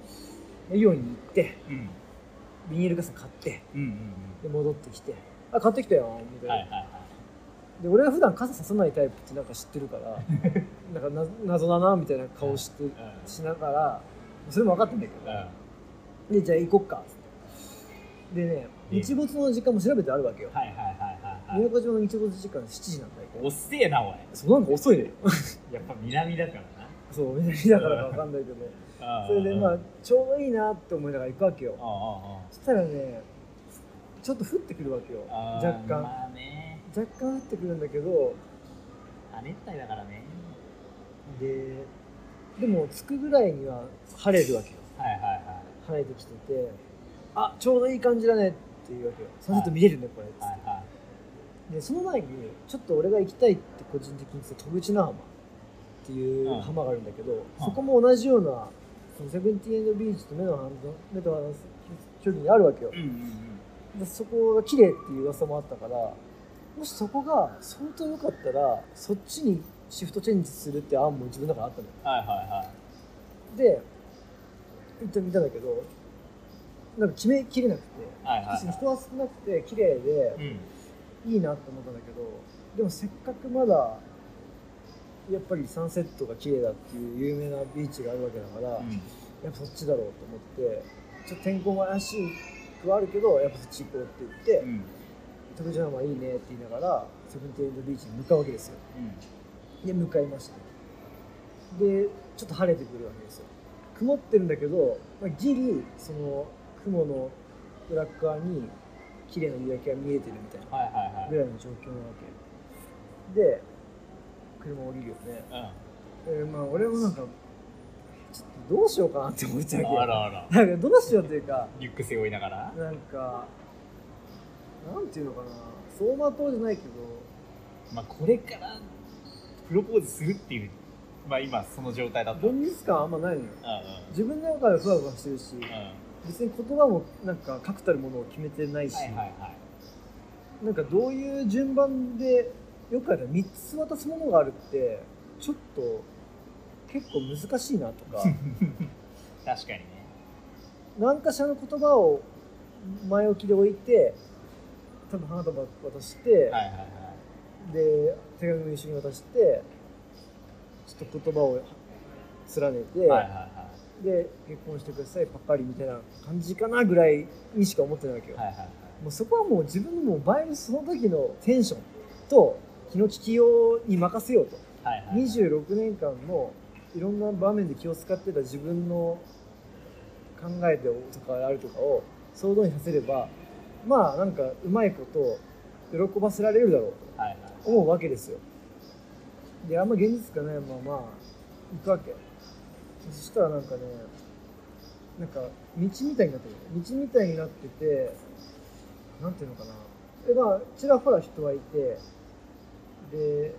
Speaker 1: イオンに行って
Speaker 2: うん
Speaker 1: ビニール傘買って
Speaker 2: うんうん
Speaker 1: で戻ってきて「あ買ってきたよ」みた
Speaker 2: う
Speaker 1: いな
Speaker 2: んはい。はいはい
Speaker 1: で俺は普段傘ささないタイプってなんか知ってるから なんかな謎だなみたいな顔して
Speaker 2: う
Speaker 1: しながらそれも分かってんだけ
Speaker 2: んうん
Speaker 1: どでじゃあ行こっかっつってでね
Speaker 2: いいね
Speaker 1: 日没の時間も調べてあるわけよ
Speaker 2: はいはいはいはい
Speaker 1: 宮
Speaker 2: はい。
Speaker 1: 古島の日没時間7時なんだけど
Speaker 2: おっせえな、おい。
Speaker 1: そうなんか遅いね
Speaker 2: やっぱ南だから
Speaker 1: そうみんな見だからか分かんないけど
Speaker 2: な。
Speaker 1: それでま
Speaker 2: あ
Speaker 1: あちょうどいいなって思いながら行くわけよ
Speaker 2: ああ
Speaker 1: そしたらねちょっと降ってくるわけよ
Speaker 2: あああ。
Speaker 1: 若干
Speaker 2: まあね。
Speaker 1: 若干降ってくるんだけど
Speaker 2: 亜熱帯だからね。
Speaker 1: ででも着くぐらいには晴れるわけよ
Speaker 2: はいはいは
Speaker 1: 生えてきてて「あちょうどいい感じだね」っていうわけよ「そうすると見れるねこれ」っつって、
Speaker 2: い。はいはい。
Speaker 1: でその前にちょっと俺が行きたいって個人的に言ってた戸口那浜っていう
Speaker 2: うん
Speaker 1: 浜があるんだけど、そこも同じようなそのセブンティーンドビーチと目の半分目と離す距離にあるわけよ
Speaker 2: うんうんうん。
Speaker 1: でそこが綺麗っていう噂もあったからもしそこが相当良かったらそっちにシフトチェンジするって案も自分の中にあったのよ
Speaker 2: はいはいは
Speaker 1: で行ってみたんだけどなんか決めきれなくて
Speaker 2: い。はいはい
Speaker 1: 確かに人は少なくて綺麗で
Speaker 2: はい。うん。
Speaker 1: いいなと思ったんだけどでもせっかくまだやっぱりサンセットが綺麗だっていう有名なビーチがあるわけだから、
Speaker 2: う
Speaker 1: い
Speaker 2: ん
Speaker 1: やそっちだろうと思ってちょっと天候も怪しくはあるけどやっぱそっち行こうって言って、
Speaker 2: うん
Speaker 1: 特上はいいねって言いながらセブンティーンドビーチに向かうわけですよで向かいましたでちょっと晴れてくるわけですよ曇ってるんだけど、まあ、ギリその雲の裏側に綺麗な夕焼けが見えてるみたいな
Speaker 2: はいはい
Speaker 1: ぐ
Speaker 2: はい
Speaker 1: らいの状況なわけで車降りるよねえまあ俺もなんかちょっとどうしようかなって思っちゃう
Speaker 2: うんあ
Speaker 1: わ
Speaker 2: らあら
Speaker 1: けなんかどうしようというか
Speaker 2: リュック背負いながら
Speaker 1: なんかなんていうのかな走馬灯じゃないけど
Speaker 2: まあこれからプロポーズするっていうまあ今その状態だったうん
Speaker 1: 現実感あんまないのよ
Speaker 2: う
Speaker 1: 自分の中でふわふわしてるし
Speaker 2: んうん
Speaker 1: 別に言葉もなんか確たるものを決めてないし、
Speaker 2: はいはいはい
Speaker 1: なんかどういう順番でよくある3つ渡すものがあるってちょっと結構難しいなと か
Speaker 2: 確かにね
Speaker 1: 何かしらの言葉を前置きで置いて多分花束渡して、
Speaker 2: はいはいはい
Speaker 1: で手紙も一緒に渡してちょっと言葉を連ねて、
Speaker 2: はいはいは
Speaker 1: で結婚してくださいパッパリみたいな感じかなぐらいにしか思ってないわけよ
Speaker 2: い。はいはいはい
Speaker 1: もうそこはもう自分のもうバイブスその時のテンションと気の利きように任せようと
Speaker 2: はいはい
Speaker 1: 26年間のいろんな場面で気を使ってた自分の考えでとかあるとかを想像にさせればまあなんかうまいこと喜ばせられるだろう
Speaker 2: はいはい
Speaker 1: と思うわけですよであんま現実感ないまままあ行くわけそしたらなんかねなんか道みたいになってる道みたいになっててなんていうのかなえまあちらほら人はいてで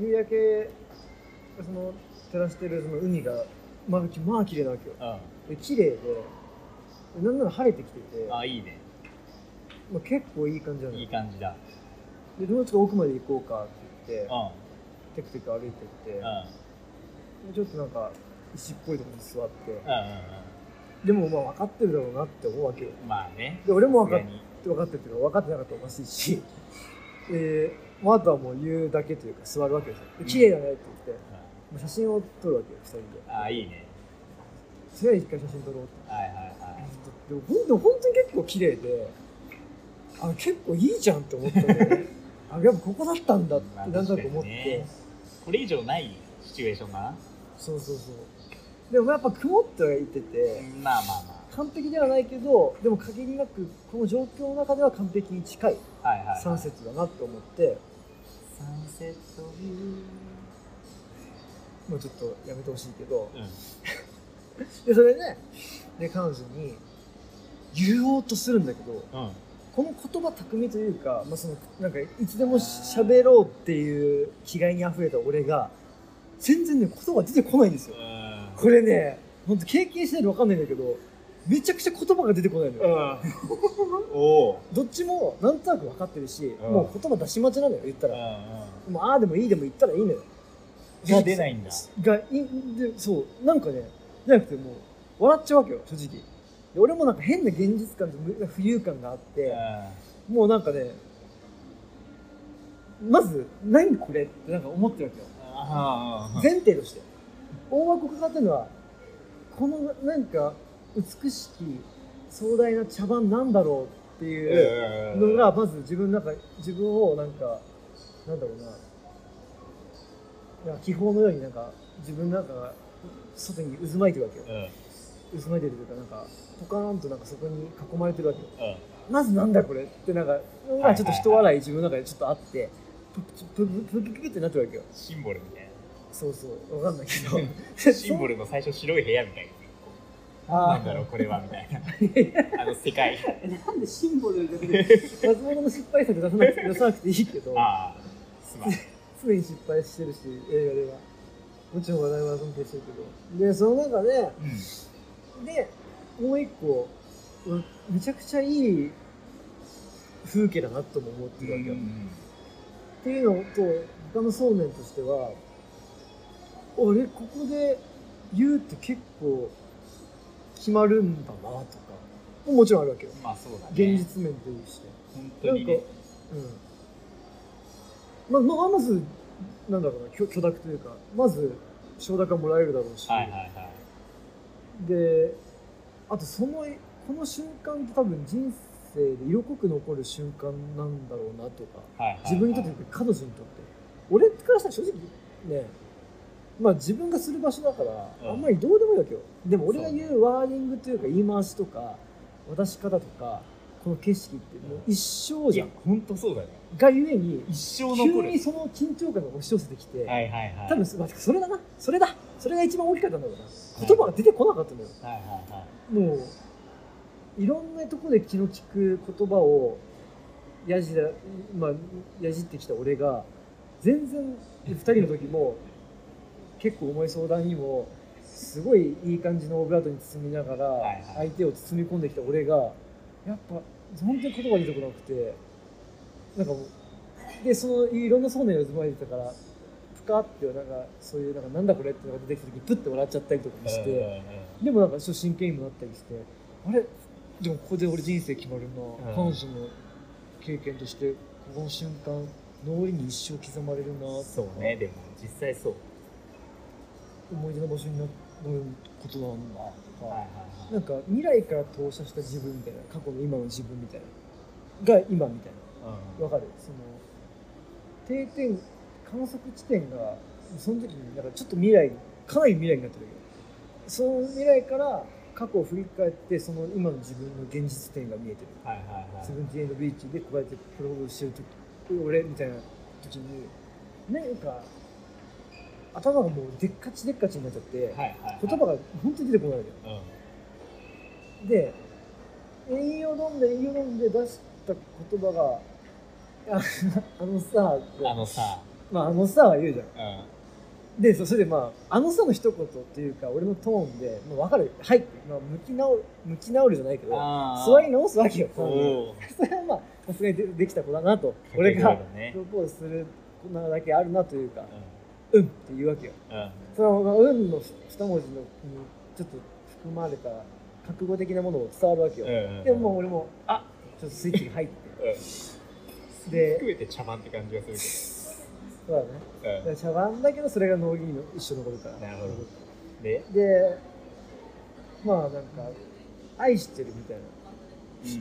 Speaker 1: 夕焼けその照らしてるその海がまあきまあ綺麗なわけよで綺麗ででなんなら晴れてきてて、
Speaker 2: うんあいいね
Speaker 1: まあ、結構いい感じなの
Speaker 2: いい
Speaker 1: よ
Speaker 2: 感じだ
Speaker 1: でもうちょっと奥まで行こうかって言っ
Speaker 2: う
Speaker 1: て
Speaker 2: んうん
Speaker 1: テクテク歩いてって
Speaker 2: うん
Speaker 1: でちょっとなんか石っぽいところに座って
Speaker 2: うん
Speaker 1: でもまあ分かってるだろうなって思うわけよ
Speaker 2: うんまあね
Speaker 1: で俺も分かっ
Speaker 2: さすがに
Speaker 1: 分かってるけど分かってなかったらおかしいし、 えーまあ、あとはもう言うだけというか座るわけですよで綺麗だねって言って、
Speaker 2: う
Speaker 1: もう写真を撮るわけよ2人で
Speaker 2: んあいいね
Speaker 1: それは一回写真撮ろうって
Speaker 2: はいはいはい
Speaker 1: でも本当に本当に結構綺麗であ結構いいじゃんって思ったの よあやっぱここだったんだって
Speaker 2: まあ
Speaker 1: なんとなく思って、
Speaker 2: 確かにねこれ以上ないシチュエーションかな
Speaker 1: そうそうそうでもやっぱ曇ってはいてて
Speaker 2: まあまあま
Speaker 1: 完璧ではないけどでも限りなくこの状況の中では完璧に近い
Speaker 2: あはいはいはい
Speaker 1: サンセットだなと思って、
Speaker 2: サンセットビュ
Speaker 1: もうちょっとやめてほしいけど
Speaker 2: ーう
Speaker 1: で
Speaker 2: ん
Speaker 1: それでで彼女に言おうとするんだけど
Speaker 2: うん
Speaker 1: この言葉巧みというか,、まあ、そのなんかいつでも喋ろうっていう気概にあふれた俺が全然ね言葉出てこないんですよこれね本当経験しないと分かんないんだけどめちゃくちゃ言葉が出てこないのよ、
Speaker 2: うんおお
Speaker 1: どっちもなんとなく分かってるし、
Speaker 2: うん
Speaker 1: もう言葉出し待ちなのよ言った
Speaker 2: うんう
Speaker 1: ら、
Speaker 2: ん
Speaker 1: もうああでもいいでも言ったらいいのよ
Speaker 2: が出ないんだ
Speaker 1: がいでそうなんかねじゃなくてもう笑っちゃうわけよ正直で俺もなんか変な現実感とむ浮遊感があって、もうなんかね、まず、何これってなんか思ってるわけよ。
Speaker 2: 全
Speaker 1: 前提として。大箱かかってるのは、このなんか美しき壮大な茶番なんだろうっていうのが、まず自分の中、自分をなんか、なんだろうな、なんか気泡のようになんか自分の中が外に渦巻いてるわけよ。渦巻いてるというか、なんか、ポカーンとなんかそこに囲まれてるわけよ。まずなんだこれってなんか、
Speaker 2: いはい
Speaker 1: ちょっと人笑い自分の中でちょっとあって、プププププププってなってるわけよ。
Speaker 2: シンボルみたいな
Speaker 1: そうそう、わかんないけど。
Speaker 2: シンボルの最初白い部屋みたいな
Speaker 1: あ
Speaker 2: なんだろうこれはみたい
Speaker 1: あ。
Speaker 2: なあの世界
Speaker 1: なんでシンボルが出 てくる松本の失敗作出さなくて出さなくていいけど、
Speaker 2: ああすまん
Speaker 1: 常に失敗してるし、映画では。もちろん話題は尊敬してるけど。で、その中で、で、もう一個、うんめちゃくちゃいい風景だなとも思ってるわけよ。っていうのと他のそうめんとしては俺ここで言うって結構決まるんだなとかもちろんあるわけよ
Speaker 2: まあそうだね
Speaker 1: 現実面というして、
Speaker 2: 本当
Speaker 1: なん
Speaker 2: に
Speaker 1: か
Speaker 2: ね
Speaker 1: うんまあまあまずなんだろうな許許諾というかまず承諾がもらえるだろうし、
Speaker 2: はいはいはい
Speaker 1: であとそのこの瞬間って多分人生で色濃く残る瞬間なんだろうなとか
Speaker 2: はいはいはい
Speaker 1: 自分にとってというか彼女にとって俺からしたら正直ねまあ自分がする場所だから
Speaker 2: うん
Speaker 1: あんまりどうでもいいわけよ、でも俺が
Speaker 2: そうね
Speaker 1: 言うワーニングというか言い回しとか渡し方とかこの景色ってもう一生
Speaker 2: い
Speaker 1: じゃ
Speaker 2: や
Speaker 1: ん
Speaker 2: 本当そうだよ
Speaker 1: がゆえに
Speaker 2: 一生
Speaker 1: 急
Speaker 2: 残る
Speaker 1: にその緊張感が押し寄せてきて、
Speaker 2: はいはいはい
Speaker 1: 多分すそれだなそれだそれが一番大きかったんだろうな言葉が出てこなかったのよ
Speaker 2: はいはいはい
Speaker 1: もういろんなところで気の利く言葉をやじだ、まあ、やじってきた俺が全然2人の時も結構重い相談にもすごいいい感じのオブラートに包みながら
Speaker 2: いはい
Speaker 1: 相手を包み込んできた俺がやっぱ本当に言葉出てこなくてなんかもうでそのいろんなそうな渦巻いてたからぷかってなんかそういうなんかなんだこれってのが出てきた時プッて笑っちゃったりとかもして。でもなんかちょっと真剣にもなったりしてあれでもここで俺人生決まるな、
Speaker 2: うん
Speaker 1: 彼女の経験としてこの瞬間脳裏に一生刻まれるな
Speaker 2: うんうん
Speaker 1: と
Speaker 2: そ
Speaker 1: か
Speaker 2: うねでも実際そう
Speaker 1: 思い出の場所になることなんだとか、
Speaker 2: はいはい
Speaker 1: なんか未来から投射した自分みたいな過去の今の自分みたいなが今みたい
Speaker 2: はい
Speaker 1: なわかるその定点観測地点がその時になんかちょっと未来かなり未来になってるよその未来から過去を振り返ってその今の自分の現実点が見えてる
Speaker 2: はいはいはい
Speaker 1: セブンティーンのビーチでこうやってプロポーズしてる時俺みたいな時になんか頭がもうでっかちでっかちになっちゃって
Speaker 2: はいはいはい
Speaker 1: 言葉が本当に出てこないのよ
Speaker 2: うん
Speaker 1: で栄養飲んで栄養飲んで出した言葉が「ああのさ」
Speaker 2: あのさ
Speaker 1: まあ、あのさ」は言うじゃん
Speaker 2: うん
Speaker 1: でそそれでまあ「あのさ」の一言っていうか俺のトーンで、まあ、分かる「はい」って、まあ、向き直る向き直るじゃないけど
Speaker 2: あー
Speaker 1: 座り直すわけよ
Speaker 2: おー
Speaker 1: それはまあさすがにでできた子だなと俺が
Speaker 2: かけ声だね
Speaker 1: プロポーズするこんなだけあるなというか「
Speaker 2: う
Speaker 1: うん」って言うわけよ
Speaker 2: んうん
Speaker 1: その「うん」の二文字のにちょっと含まれた覚悟的なものを伝わるわけよ、
Speaker 2: うんうん
Speaker 1: でももう俺も
Speaker 2: あ
Speaker 1: ちょっとスイッチが入って
Speaker 2: うん
Speaker 1: で
Speaker 2: 含めて茶番って感じがす
Speaker 1: そうだね
Speaker 2: るけ
Speaker 1: だ
Speaker 2: ど
Speaker 1: から茶番だけどそれが脳裏に一緒残るから
Speaker 2: なるほうんで
Speaker 1: でまあなんか愛してるみたいな、
Speaker 2: うん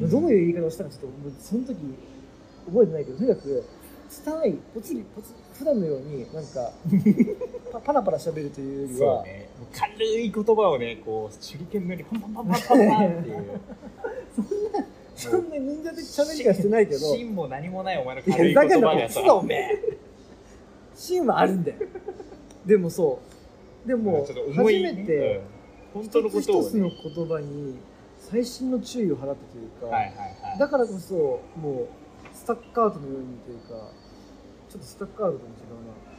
Speaker 1: どういう言い方をしたかちょっともうその時覚えてないけどとにかく拙いポツリポツ普段のようになん かパパラパラ喋るというより
Speaker 2: そう
Speaker 1: は
Speaker 2: ねもう軽い言葉をねこう手裏剣のようにパンパンパンパンパンパンって いう
Speaker 1: そ,、んな忍者的喋りはしてないけど
Speaker 2: 芯も何もないお前の軽い言
Speaker 1: いやだ
Speaker 2: 葉
Speaker 1: から
Speaker 2: がさ
Speaker 1: そうだおめシーンはあるんだよでもそうでも
Speaker 2: ちょっと
Speaker 1: 初
Speaker 2: 重いね
Speaker 1: めて
Speaker 2: うん本当
Speaker 1: 一
Speaker 2: の
Speaker 1: つ
Speaker 2: こ
Speaker 1: 一
Speaker 2: とを
Speaker 1: つの
Speaker 2: ね
Speaker 1: 言葉に細心の注意を払ったというか、
Speaker 2: はいはいはい
Speaker 1: だからこそもうスタッカートのようにというかちょっとスタッカートとも違う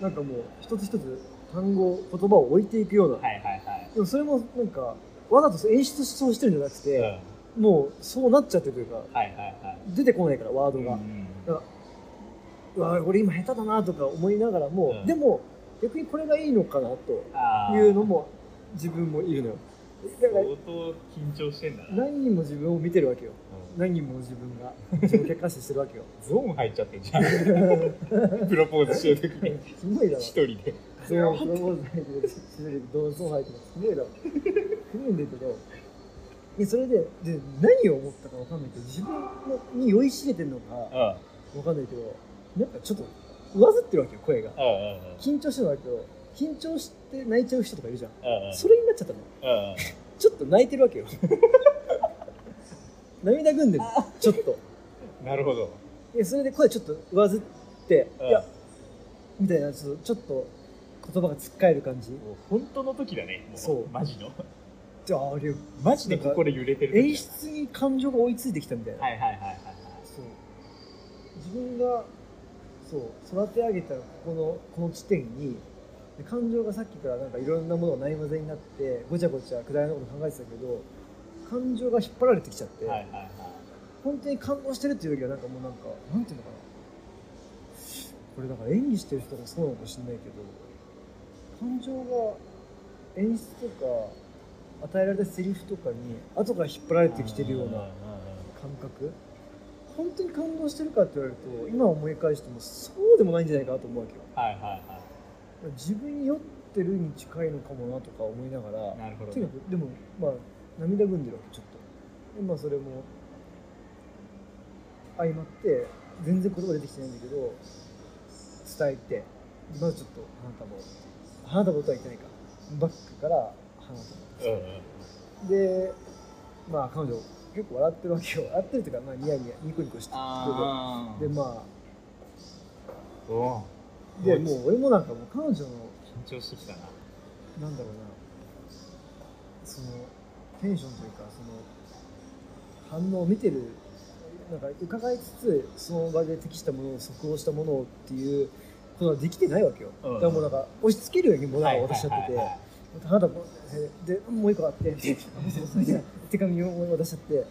Speaker 1: ななんかもう一つ一つ単語言葉を置いていくような、
Speaker 2: はいはいはい
Speaker 1: でもそれもなんかわざとそう演出しそうしてるんじゃなく
Speaker 2: うん
Speaker 1: て、もうそうなっちゃってるというか
Speaker 2: はいはいはい
Speaker 1: 出てこないからワードが、
Speaker 2: うん
Speaker 1: だからうわ俺今下手だなとか思いながらも、
Speaker 2: うん
Speaker 1: でも逆にこれがいいのかなと
Speaker 2: あー
Speaker 1: いうのも自分もいるのよだから
Speaker 2: 相当緊張してんだな
Speaker 1: 何人も自分を見てるわけよ
Speaker 2: うん
Speaker 1: 何人も自分が自分を客観視してるわけよ
Speaker 2: ゾーン入っちゃってんじ ゃんプロポーズしてる時に
Speaker 1: すごいだろ
Speaker 2: 一人で
Speaker 1: そういうプロポーズ入ってるしるどうぞ入ってるすごいだろすごいんだけどでそれでで何を思ったかわかんないけど自分のに酔いしれてるのか
Speaker 2: うんうん
Speaker 1: わかんないけどなんかちょっと上ずってるわけよ声が
Speaker 2: うんうん
Speaker 1: 緊張してるわけよ緊張して泣いちゃう人とかいるじゃん
Speaker 2: うんうん
Speaker 1: それになっちゃったの
Speaker 2: うんうん
Speaker 1: ちょっと泣いてるわ けよ涙ぐんでるちょっと
Speaker 2: なるほど。
Speaker 1: でそれで声ちょっと上ずって、
Speaker 2: うん
Speaker 1: いやみたいなちょっとちょっと言葉がつっかえる感じ
Speaker 2: もう本当の時だね。も
Speaker 1: そう
Speaker 2: マジの。
Speaker 1: じゃああれ
Speaker 2: マジで心揺れてる時だ
Speaker 1: 演出に感情が追いついてきたみたいな、
Speaker 2: はいはいはいはいはい。
Speaker 1: そう自分がそう育て上げたここのこの地点にで感情がさっきからなんかいろんなものがないまぜになってごちゃごちゃくだらないこと考えてたけど感情が引っ張られてきちゃって、
Speaker 2: はいはいはい。
Speaker 1: 本当に感動してるっていうよりはなんかもうなんかなんていうのかなこれだから演技してる人もそうなのかもしれないけど感情が演出とか与えられたセリフとかに後から引っ張られてきてるような
Speaker 2: うんうんうんうん
Speaker 1: 感覚本当に感動してるかって言われると今思い返してもそうでもないんじゃないかなと思うわけよ
Speaker 2: はいは
Speaker 1: 自分に酔ってるに近いのかもなとか思いながら
Speaker 2: いはいなるほど
Speaker 1: とにかくでもまあ涙ぐんでるわけちょっとでまあそれも相まって全然言葉出てきてないんだけど伝えてまずちょっと花束を花束とは言ってないかバッグから花
Speaker 2: うんう
Speaker 1: 束
Speaker 2: ん
Speaker 1: でまあ彼女結構笑ってるわけよ笑ってるっていうかまあニヤニヤニコニコして
Speaker 2: ああ
Speaker 1: でま
Speaker 2: お
Speaker 1: あでもう俺もなんかもう彼女の
Speaker 2: 緊張してきたな
Speaker 1: なんだろうな、そのテンションというか、その反応を見てる、なんか伺いつつ、その場で適したものを、即応したものをっていうことはできてないわけよ。
Speaker 2: うん
Speaker 1: だからもうなんか、押し付けるようにものを渡しちゃってて、
Speaker 2: はい
Speaker 1: ま
Speaker 2: はいはい
Speaker 1: た花束こうで、もう一個あって、 手紙を渡しちゃって、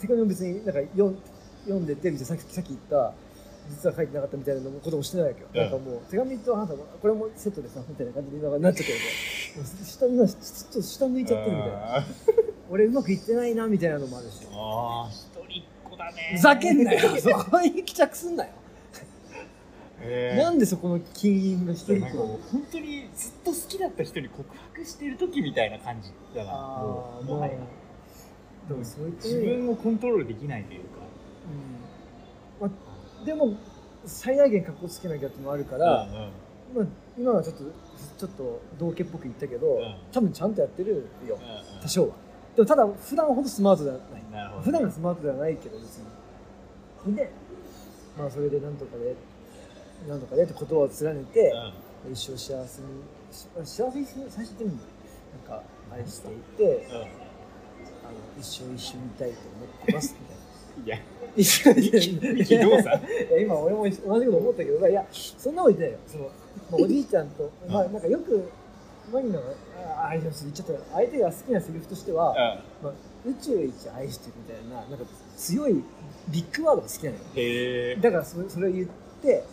Speaker 1: 手紙を別になんか読ん読んでて、みたいなさっきさっき言った、実は書いてなかったみたいなのもこともしてないわけよ、
Speaker 2: うん
Speaker 1: なんかもう手紙とあなたもこれもセットでさみたいな感じで今なっちゃってるけど下見なしちょっと下向いちゃってるみたいな
Speaker 2: あ
Speaker 1: 俺うまくいってないなみたいなのもあるし
Speaker 2: ーあー一人っ子だね
Speaker 1: ふざけんな よそこに帰着すんなよ、
Speaker 2: えー
Speaker 1: なんでそこの金銀が一人っ
Speaker 2: なんか
Speaker 1: 子なの
Speaker 2: もう本当にずっと好きだった人に告白してる時みたいな感じだな
Speaker 1: あ
Speaker 2: も
Speaker 1: あ
Speaker 2: う
Speaker 1: も
Speaker 2: も
Speaker 1: う
Speaker 2: はや
Speaker 1: でもそういった意
Speaker 2: 自
Speaker 1: 味でうん
Speaker 2: 分をコントロールできないというか
Speaker 1: まあ、でも最大限かっこつけなきゃってのもあるか
Speaker 2: う
Speaker 1: ら、
Speaker 2: んうん
Speaker 1: まあ、今はちょっとちょっと道家っぽく言ったけど、
Speaker 2: うん
Speaker 1: 多分ちゃんとやってるよ、
Speaker 2: うんうん
Speaker 1: 多少はでもただ普段ほどスマートではない
Speaker 2: なるほど
Speaker 1: 普段がスマートではないけど別にでまあそれでなんとかでなんとかでって言葉を貫いて
Speaker 2: うん
Speaker 1: 一生幸せにし幸せにする最初って言うんだよなんか愛していてあの一生一緒にいたいと思ってますみたいな
Speaker 2: うんいや
Speaker 1: 一緒に
Speaker 2: ミキどうさ
Speaker 1: いや今俺も同じこと思ったけどまあいやそんなこと言ってないよそのまあおじいちゃんとまあなんかよくマリのああれ言っちゃったよ相手が好きなセリフとしては、
Speaker 2: う
Speaker 1: まあ、宇宙一愛してるみたいななんか強いビッグワードが好きなのよ
Speaker 2: んへえ
Speaker 1: だからそれそれを言って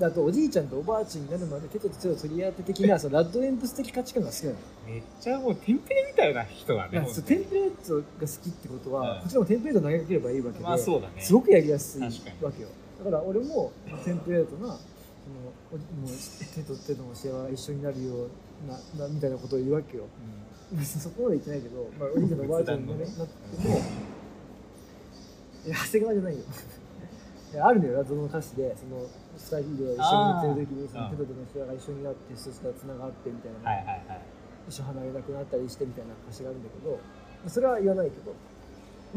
Speaker 1: あとおじいちゃんとおばあちゃんになるまで手と手を取り合って的なそのラッドエンプス的価値観が好きなのよ
Speaker 2: めっちゃもうテンプレみたいな人だね
Speaker 1: だからそうテンプレートが好きってことは、
Speaker 2: うん
Speaker 1: こっちらもテンプレートを投げかければいいわけで、
Speaker 2: まあそうだね
Speaker 1: すごくやりやすいわ
Speaker 2: 確かに
Speaker 1: けよだから俺もテンプレートなそのおもう手と手との幸せ一緒になるようななみたいなことを言うわけよ
Speaker 2: う
Speaker 1: そこまで言ってないけど、まあ、おじいちゃんとおばあちゃんにな,、なっても、いや、長谷川じゃないよ。 いやあるのよ、謎の歌詞で、その二人で一緒に寝てる時に、そ
Speaker 2: あ
Speaker 1: の
Speaker 2: ー
Speaker 1: 手と手のひらが一緒になって、一つが繋がってみたい
Speaker 2: ん
Speaker 1: な、
Speaker 2: はいはいはい
Speaker 1: 一緒離れなくなったりしてみたいな歌詞があるんだけど、それは言わないけど、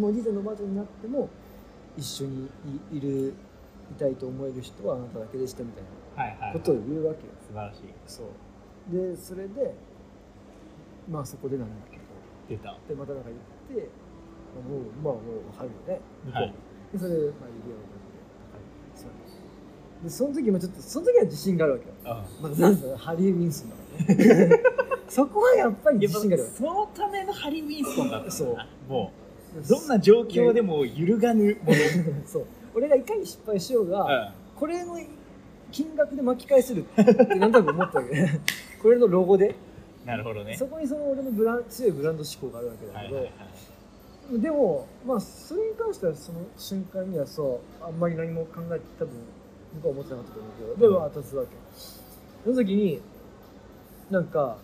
Speaker 1: もうおじいちゃんのおばあちゃんになっても、一緒にいいる、いたいと思える人はあなただけでしたみたいな
Speaker 2: はいはい
Speaker 1: ことを言うわけよ。
Speaker 2: 素晴らしい
Speaker 1: そう。で、それで、まあそこでなんだけど。
Speaker 2: 出た
Speaker 1: でまたなんか言って、まあ、もうまあもう分かるよね向こうも
Speaker 2: はい
Speaker 1: でそれで、まあ、指輪を持って高いそうでその時もちょっとその時は自信があるわけよ
Speaker 2: う
Speaker 1: まあなんだろうハリー・ウィンスンだからね そこはやっぱり
Speaker 2: ん
Speaker 1: 自信があるわ
Speaker 2: そのためのハリー・ウィンストンだったんだな
Speaker 1: そう
Speaker 2: も
Speaker 1: け
Speaker 2: うどんな状況でも揺るがぬもの
Speaker 1: そう俺がいかに失敗しようが、
Speaker 2: う
Speaker 1: これの金額で巻き返せるってなんとなく思ったわけ ねこれのロゴで、
Speaker 2: んなるほどね
Speaker 1: そこにその俺のブラン強いブランド志向があるわけだ
Speaker 2: は
Speaker 1: け
Speaker 2: い
Speaker 1: ど、
Speaker 2: はいはい
Speaker 1: でも、まあ、それに関してはその瞬間にはそうあんまり何も考えて多分僕は思ってなかったと思うけどでも渡すわけその時になんか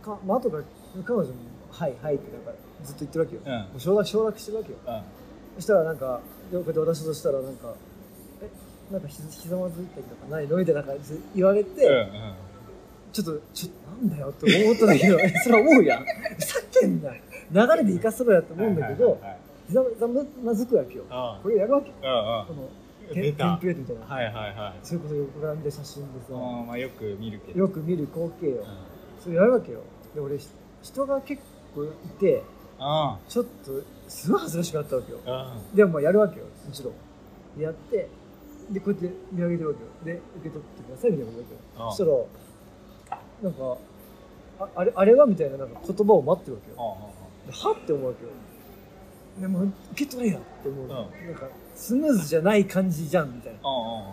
Speaker 1: か、まあ後から彼女も「はいはい」ってなんかずっと言ってるわけよ、
Speaker 2: うん
Speaker 1: もう承諾承諾してるわけよ
Speaker 2: うん
Speaker 1: そしたらなんかでこうやって渡したとしたらなんか「えなんかひひざまずいたりとかないの?」みたいな感じで言われて、
Speaker 2: うんうん
Speaker 1: ちょっと、ちょっと、なんだよって思ったんだけど、 えそれは思うやん。ふざけんなよ。流れで生かせろやって思うんだけど、
Speaker 2: はい
Speaker 1: ひざざままずくわけよ。
Speaker 2: は
Speaker 1: これやるわけ
Speaker 2: いはい
Speaker 1: この
Speaker 2: うんうん
Speaker 1: テン
Speaker 2: 出
Speaker 1: テン
Speaker 2: た
Speaker 1: プレートみたいな、
Speaker 2: はいはいはい
Speaker 1: それこそ横から見た写真で
Speaker 2: う
Speaker 1: さ、
Speaker 2: んまあよく見るけど
Speaker 1: よく見る光景
Speaker 2: う
Speaker 1: を
Speaker 2: ん
Speaker 1: それやるわけよで俺ひ人が結構いて
Speaker 2: うん
Speaker 1: ちょっとすごい恥ずかしくなったわけよ
Speaker 2: うん
Speaker 1: でもまあやるわけよもちろんでやってでこうやって見上げてるわけよで受け取ってくださいみたいなこと
Speaker 2: う
Speaker 1: 言
Speaker 2: ん
Speaker 1: わけよそしたらなんかああれあれはみたいななんか言葉を待ってるわけよではって思うわけよでも受け取れやって思う、なんかスムーズじゃない感じじゃんみたいな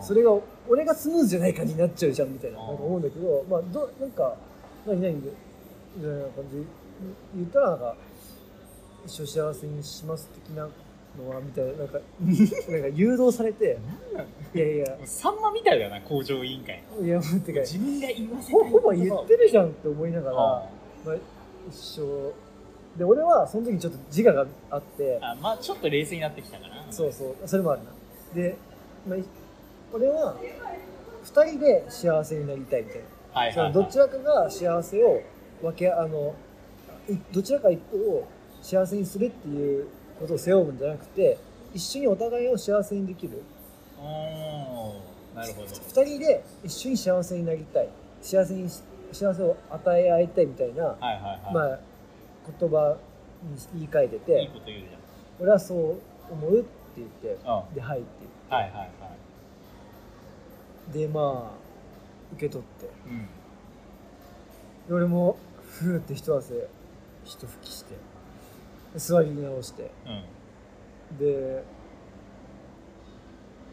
Speaker 1: そ
Speaker 2: れ
Speaker 1: れが俺がスムーズじゃない感じになっちゃうじゃんみたいな
Speaker 2: うん
Speaker 1: なんか思うんだけど、まあ、どなんか何々でみたいな感じ言ったらなんか一生幸せにします的なのはみたいななんか なんか誘導されていやいや
Speaker 2: さんまみたいだな工場委員会
Speaker 1: いやもうてか
Speaker 2: 自分が言わせ
Speaker 1: ほ
Speaker 2: たい
Speaker 1: ほぼ言ってるじゃんって思いながら、
Speaker 2: あ
Speaker 1: まあ、一生で俺はその時ちょっと自我があって
Speaker 2: あまあちょっと冷静になってきたかな
Speaker 1: そうそうそれもあるなで、まあ、い俺は2人で幸せになりたいみたいな
Speaker 2: はい
Speaker 1: そ
Speaker 2: はい、は
Speaker 1: の
Speaker 2: い、
Speaker 1: どちらかが幸せを分けあのいどちらか一方を幸せにするっていうことを背負うんじゃなくて一緒にお互いを幸せにできる
Speaker 2: うーんなるほど
Speaker 1: 2人で一緒に幸せになりたい幸せにし幸せを与え合いたいみたいな、
Speaker 2: はいはいはい、
Speaker 1: まあ、言葉に言い換えて
Speaker 2: いい
Speaker 1: て
Speaker 2: こと言うじ
Speaker 1: 俺はそう思うって言って
Speaker 2: ゃんうん
Speaker 1: で「はい」って
Speaker 2: はいはいはい
Speaker 1: 言ってでまあ受け取って
Speaker 2: うん
Speaker 1: で俺もふーって一汗一吹きしてで座り直して
Speaker 2: うん
Speaker 1: で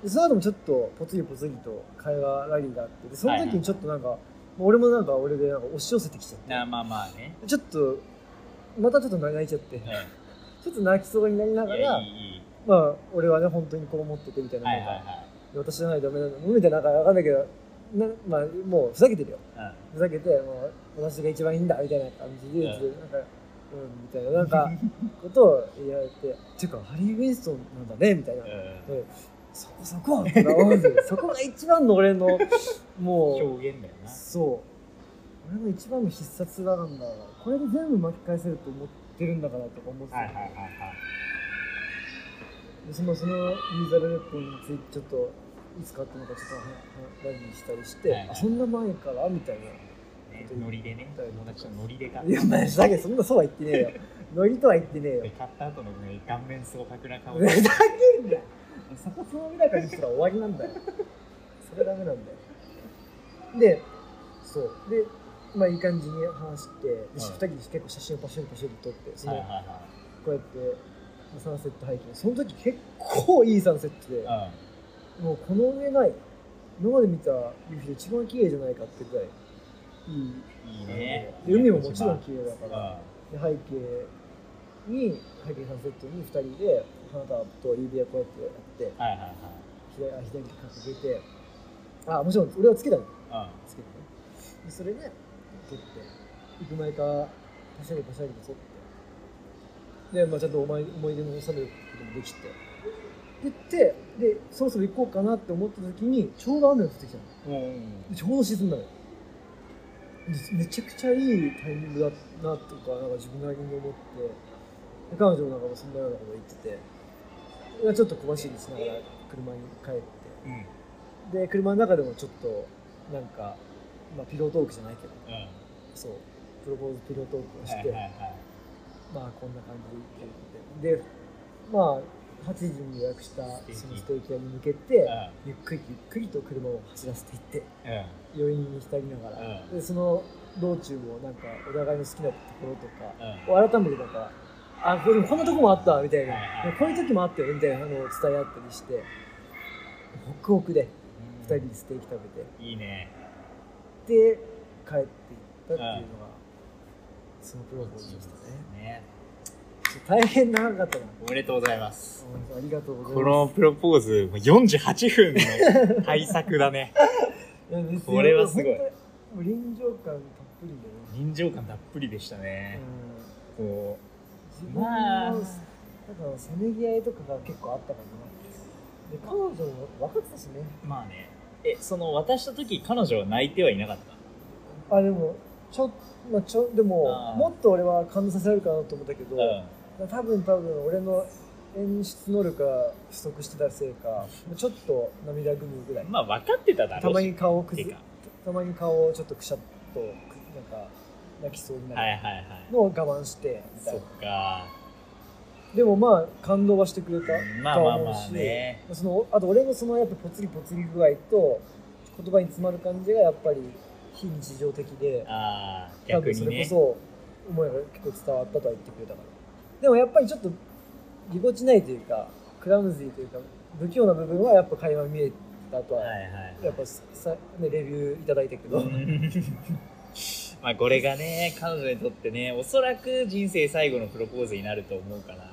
Speaker 1: でその後もちょっとぽつりぽつりと会話ラリーがあってでその時にちょっとなんか、もう俺もなんか俺でなんか押し寄せてきちゃって
Speaker 2: なまあまあね、
Speaker 1: ちょっとまたちょっと泣いちゃって
Speaker 2: うん、い
Speaker 1: ちょっと泣きそうになりなが
Speaker 2: や
Speaker 1: ら
Speaker 2: いいいい
Speaker 1: まあ俺はね本当にこう思っててみたいな、
Speaker 2: はいはいはい
Speaker 1: 私じゃないとダメなのみたいななんかわかんないけどな、まあ、もうふざけてるよ
Speaker 2: うん
Speaker 1: ふざけてもう私が一番いいんだみたいな感じで、
Speaker 2: うん
Speaker 1: なんかうんみたいななんかことを言われてていうかハリー・ウィンストンなんだねみたいな、
Speaker 2: う
Speaker 1: でそこそこって思うんですよそこが一番の俺の
Speaker 2: ん
Speaker 1: も
Speaker 2: 表現だよ
Speaker 1: う
Speaker 2: な
Speaker 1: そう俺の一番の必殺技なんだからこれで全部巻き返せると思ってるんだからとか思ってた、
Speaker 2: はいはいはいはい
Speaker 1: でそのそのミザレレットについてちょっといつかあったのかちょっとははラジオしたりして、
Speaker 2: はいはい
Speaker 1: あそんな前からみたいな
Speaker 2: ねノリでね友達のノリで買っ
Speaker 1: いや
Speaker 2: た
Speaker 1: まあだけどそんなそうは言ってねえよノリとは言ってねえよ
Speaker 2: で買った後のね顔面蒼 白な顔
Speaker 1: ふざ
Speaker 2: で
Speaker 1: けんなそこつまみだかにしたら終わりなんだよそれダメなんだよでそうでまあいい感じに話して、で二人で結構写真をパシャリパシャリ撮ってそ
Speaker 2: はい
Speaker 1: の、
Speaker 2: はいはい
Speaker 1: こうやってまあサンセット背景その時結構いいサンセットで、
Speaker 2: うん
Speaker 1: もうこの上ない今まで見た夕日で一番綺麗じゃないかってぐらいいい
Speaker 2: いいね。
Speaker 1: で海ももちろん綺麗だ
Speaker 2: う
Speaker 1: から
Speaker 2: ん。
Speaker 1: で背景に背景サンセットに2人で花束と指輪こうやってやって
Speaker 2: はいはいはい。
Speaker 1: 左あ左に掲げてあもちろん俺はつけたんで
Speaker 2: うん。は
Speaker 1: すけどねでそれで撮って行く前からパシャリパシャリと撮ってで、まあ、ちゃんとお前思い出も収めることもできてでってでそろそろ行こうかなって思った時にちょうど雨が降ってきたの
Speaker 2: うん。
Speaker 1: ちょうど沈んだのよでめちゃくちゃいいタイミングだなとかなんか自分なりに思ってで彼女もなんかもそんなようなこと言っててでちょっと小走りしながら車に帰って
Speaker 2: うん。
Speaker 1: で車の中でもちょっとなんか、まあ、ピロートークじゃないけど
Speaker 2: うん。
Speaker 1: そうプロポーズピロートークを
Speaker 2: は
Speaker 1: し
Speaker 2: い
Speaker 1: て、
Speaker 2: はいはい。
Speaker 1: まあこんな感じででまあ8時に予約したそのステーキ屋に向けてゆっくりゆっくりと車を走らせていって
Speaker 2: うん。うん。
Speaker 1: 余韻に浸りながら、
Speaker 2: うん
Speaker 1: でその道中もなんかお互いの好きなところとか
Speaker 2: うん。
Speaker 1: を改めてなんかあこれこんなとこもあったみたいな
Speaker 2: はいはい
Speaker 1: こういう時もあったよみたいなのを伝え合ったりしてホクホクで2人でステーキ食べて
Speaker 2: いいね。
Speaker 1: で帰っていったっていうのが、そのプロポーズでしたね
Speaker 2: ね。
Speaker 1: ちょっと大変長かったな
Speaker 2: おめでとうございます。
Speaker 1: 山本さんありがとうござ
Speaker 2: こ
Speaker 1: いま
Speaker 2: のプロポーズ、もう48分の対策だね。
Speaker 1: すいや別に
Speaker 2: これはすごい
Speaker 1: 本当に臨場感たっぷりでね
Speaker 2: 臨場感たっぷりでしたね。こ
Speaker 1: うん自分の、
Speaker 2: まあ
Speaker 1: だからせめぎ合いとかが結構あったかなで彼女も分かってたしね
Speaker 2: う、まあね。え、その渡した時、彼女は泣いてはいなかった
Speaker 1: あでもちょ,、まあ、ちょでも
Speaker 2: あー
Speaker 1: もっと俺は感動させられるかなと思ったけど、
Speaker 2: うん。
Speaker 1: 多分多分俺の演出能力が不足してたせいかちょっと涙ぐむぐらい
Speaker 2: まあ分かってただろうした
Speaker 1: まに顔をくず
Speaker 2: てか
Speaker 1: たまに顔をちょっとくしゃっとくなんか泣きそうに
Speaker 2: は
Speaker 1: ないる
Speaker 2: はいはい。
Speaker 1: のを我慢してみたい
Speaker 2: そ
Speaker 1: な
Speaker 2: っか。
Speaker 1: でもまあ感動はしてくれた
Speaker 2: まあ
Speaker 1: と
Speaker 2: ま
Speaker 1: は
Speaker 2: あ
Speaker 1: 思う
Speaker 2: まあ
Speaker 1: し、
Speaker 2: ね。
Speaker 1: そのあと俺のそのやっぱポツリポツリ具合と言葉に詰まる感じがやっぱり非日常的で
Speaker 2: ああ、
Speaker 1: 多
Speaker 2: 逆
Speaker 1: 分そ
Speaker 2: に
Speaker 1: れ
Speaker 2: ね。
Speaker 1: こそ思いが結構伝わったとは言ってくれたからでもやっぱりちょっとぎこちないというかクラムズィーというか不器用な部分はやっぱ会話見えたとは、
Speaker 2: はいはい。
Speaker 1: やっぱさ、ね、レビューいただいたけど、
Speaker 2: まあこれがね、彼女にとってね、おそらく人生最後のプロポーズになると思うから、
Speaker 1: まあ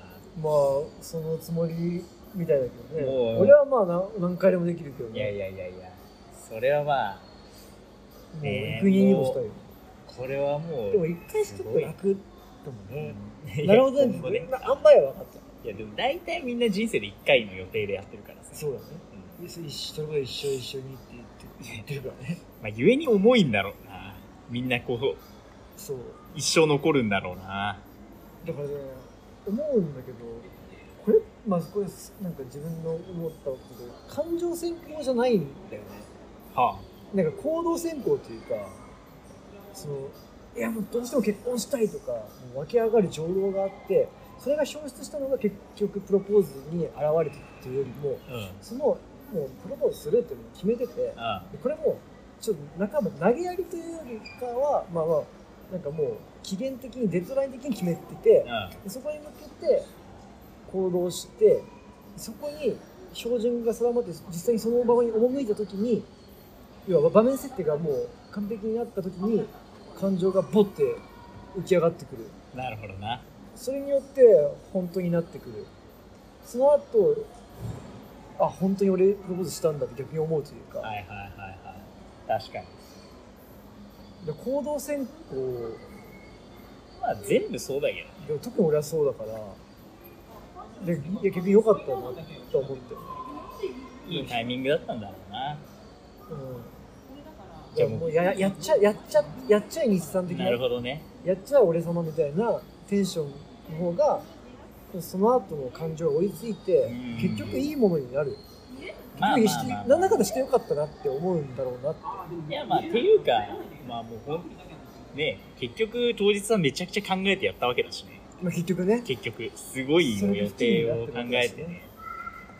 Speaker 1: そのつもりみたいだけど
Speaker 2: も
Speaker 1: ね
Speaker 2: う
Speaker 1: 俺はまあ何何回でもできるけど
Speaker 2: いや
Speaker 1: ね
Speaker 2: いやいやいやそれはまあ
Speaker 1: もう
Speaker 2: ね
Speaker 1: 行くにもしたいよ
Speaker 2: これはもう
Speaker 1: でも一回しちょっと楽だもんね
Speaker 2: うん
Speaker 1: なるほど
Speaker 2: いや今後
Speaker 1: ね
Speaker 2: ね
Speaker 1: あんまりは分かっ
Speaker 2: いやでも大体みんな人生で1回の予定でやってるから
Speaker 1: た
Speaker 2: さ、
Speaker 1: そうだね
Speaker 2: うん
Speaker 1: 一緒が一緒一緒にって言って言ってるからね
Speaker 2: まあ、ゆえに重いんだろうなみんなこう
Speaker 1: そう
Speaker 2: 一生残るんだろうな
Speaker 1: だからね思うんだけどこれまあこれなんか自分の思ったことで感情先行じゃないんだよね
Speaker 2: は
Speaker 1: なんか行動選考というか、そのいやもうどうしても結婚したいとか、もう湧き上がる情動があって、それが消失したのが結局プロポーズに現れてるっていうよりも、
Speaker 2: あうん
Speaker 1: そのもうプロポーズするっていうのを決めてて、で
Speaker 2: あ
Speaker 1: これもちょっと仲間投げやりというよりかは、まあまあ、なんかもう期限的にデッドライン的に決めてて、
Speaker 2: あ
Speaker 1: でそこに向けて行動してそこに標準が定まって実際にその場に赴いた時に要は場面設定がもう完璧になった時に感情がボッて浮き上がってくる
Speaker 2: うんなるほどな
Speaker 1: それによって本当になってくるその後あ本当に俺プロポーズしたんだって逆に思うというか、
Speaker 2: はいはいはいはい確かに
Speaker 1: で行動選考
Speaker 2: まあ全部そうだけ
Speaker 1: でも特に俺はそうだからでいや逆に良かったなと思って。
Speaker 2: どいいタイミングだったんだろうな
Speaker 1: うん、い
Speaker 2: じゃ
Speaker 1: や
Speaker 2: あもう
Speaker 1: もうややっちゃやっちゃやっちゃい日産的な
Speaker 2: なるほどね
Speaker 1: やっちゃ俺様みたいなテンションの方がその後の感情が追いついて
Speaker 2: うん
Speaker 1: 結局いいものになる
Speaker 2: まあ
Speaker 1: 結
Speaker 2: ま
Speaker 1: 局
Speaker 2: あ
Speaker 1: して
Speaker 2: まあ、
Speaker 1: 何らかでしてよかったなって思うんだろうなって
Speaker 2: いやまあっていうかまあもうほんね結局当日はめちゃくちゃ考えてやったわけだしね
Speaker 1: まあ、結局ね
Speaker 2: 結局すごい
Speaker 1: それが
Speaker 2: 予定を考えてね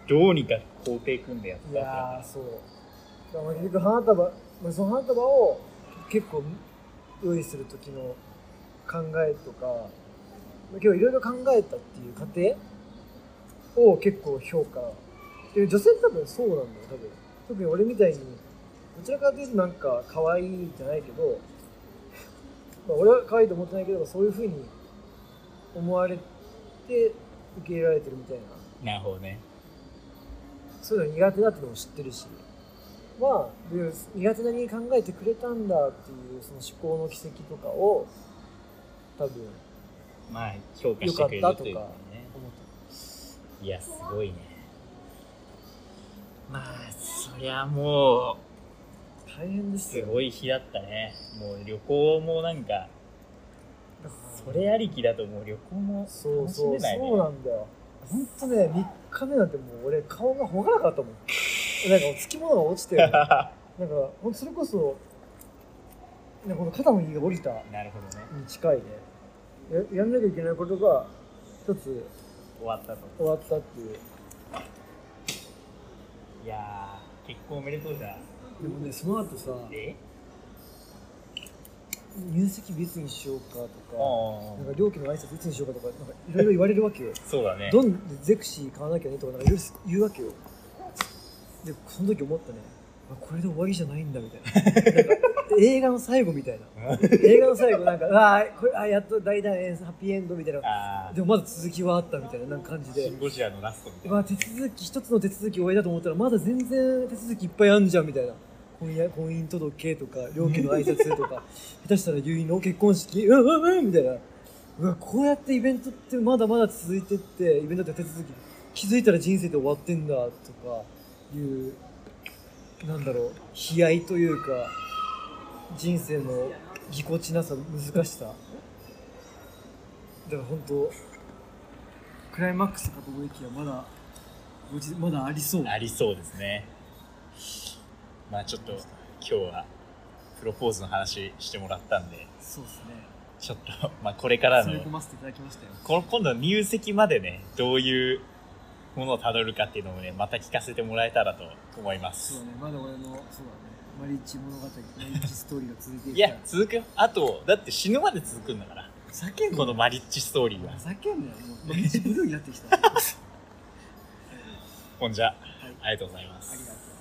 Speaker 2: どうにか工程組んでやっ
Speaker 1: い
Speaker 2: たわけだから
Speaker 1: やーそうだからまあ結局花束、まあ、その花束を結構用意する時の考えとか、まあ、今日いろいろ考えたっていう過程を結構評価で女性って多分そうなんだよ多分特に俺みたいにどちらかというとなんか可愛いじゃないけど、 まあ、俺は可愛いと思ってないけどそういうふうに思われて受け入れられてるみたいな
Speaker 2: なるほどね
Speaker 1: そういうの苦手だってのも知ってるし、まあ、で苦手なに考えてくれたんだっていうその思考の軌跡とかを多分
Speaker 2: まあ評価してくれるというか
Speaker 1: よかっ
Speaker 2: ね
Speaker 1: 思っ
Speaker 2: いやすごいねまあそりゃも
Speaker 1: た大変で
Speaker 2: う
Speaker 1: す
Speaker 2: す
Speaker 1: よ
Speaker 2: ごい日だったねもう旅行もなんか
Speaker 1: だから
Speaker 2: それありきだともう旅行も
Speaker 1: そう
Speaker 2: 楽し
Speaker 1: そう
Speaker 2: めないね
Speaker 1: そうなんだよ本当ね3日目なんてもう俺顔がほがらかったもんなんかつきものが落ちてる なんかほんとそれこそなんかこの肩の荷が下りた
Speaker 2: なるほどね
Speaker 1: に近いねややんなきゃいけないことが一つ
Speaker 2: 終わったと
Speaker 1: 終わったっていう
Speaker 2: いやー結婚おめでとうじゃん
Speaker 1: でもねその後さ
Speaker 2: え
Speaker 1: 入籍いつにしようか
Speaker 2: あ
Speaker 1: とかなんか料金の挨拶いつにしようかとかなんかいろいろ言われるわけよ
Speaker 2: そうだね
Speaker 1: どんゼクシー買わなきゃねとかなんかいろいろ言うわけよでその時思ったねあこれで終わりじゃないんだみたいななんか映画の最後みた いな映画の最後なんかああこれあやっと大団円ハッピーエンドみたいな
Speaker 2: ああ
Speaker 1: でもまだ続きはあったみたいななんか感じ
Speaker 2: シ
Speaker 1: で
Speaker 2: ンゴジラのラストみたいな
Speaker 1: まあ、手続き一つの手続き終えたと思ったらまだ全然手続きいっぱいあんじゃんみたいな婚姻婚姻届とか両家の挨拶とか下手したら結納結婚式うんうんうんみたいなうわこうやってイベントってまだまだ続いてってイベントって手続き気づいたら人生で終わってんだとかいうなんだろう悲哀というか人生のぎこちなさ難しさだから本当クライマックスかと思いきやまだごじまだありそう
Speaker 2: ありそうですねまあちょっと今日はプロポーズの話してもらったんで
Speaker 1: そうですね
Speaker 2: ちょっとまあこれから
Speaker 1: 詰
Speaker 2: の
Speaker 1: め込ませていただきましたよ
Speaker 2: この今度入籍までねどういうものをたどるかっていうのもねまた聞かせてもらえたらと思いま
Speaker 1: そうだ
Speaker 2: す
Speaker 1: ねまだ俺のそうだねマリッチ物語マリッチストーリーが続いてい
Speaker 2: いや続くよあとだって死ぬまで続くんだから
Speaker 1: ふざけんな
Speaker 2: このマリッジストーリーは
Speaker 1: ふざけんなよもうマ リッチブルーになってきたありがと
Speaker 2: ほんじゃあ
Speaker 1: い
Speaker 2: りがとうございます
Speaker 1: う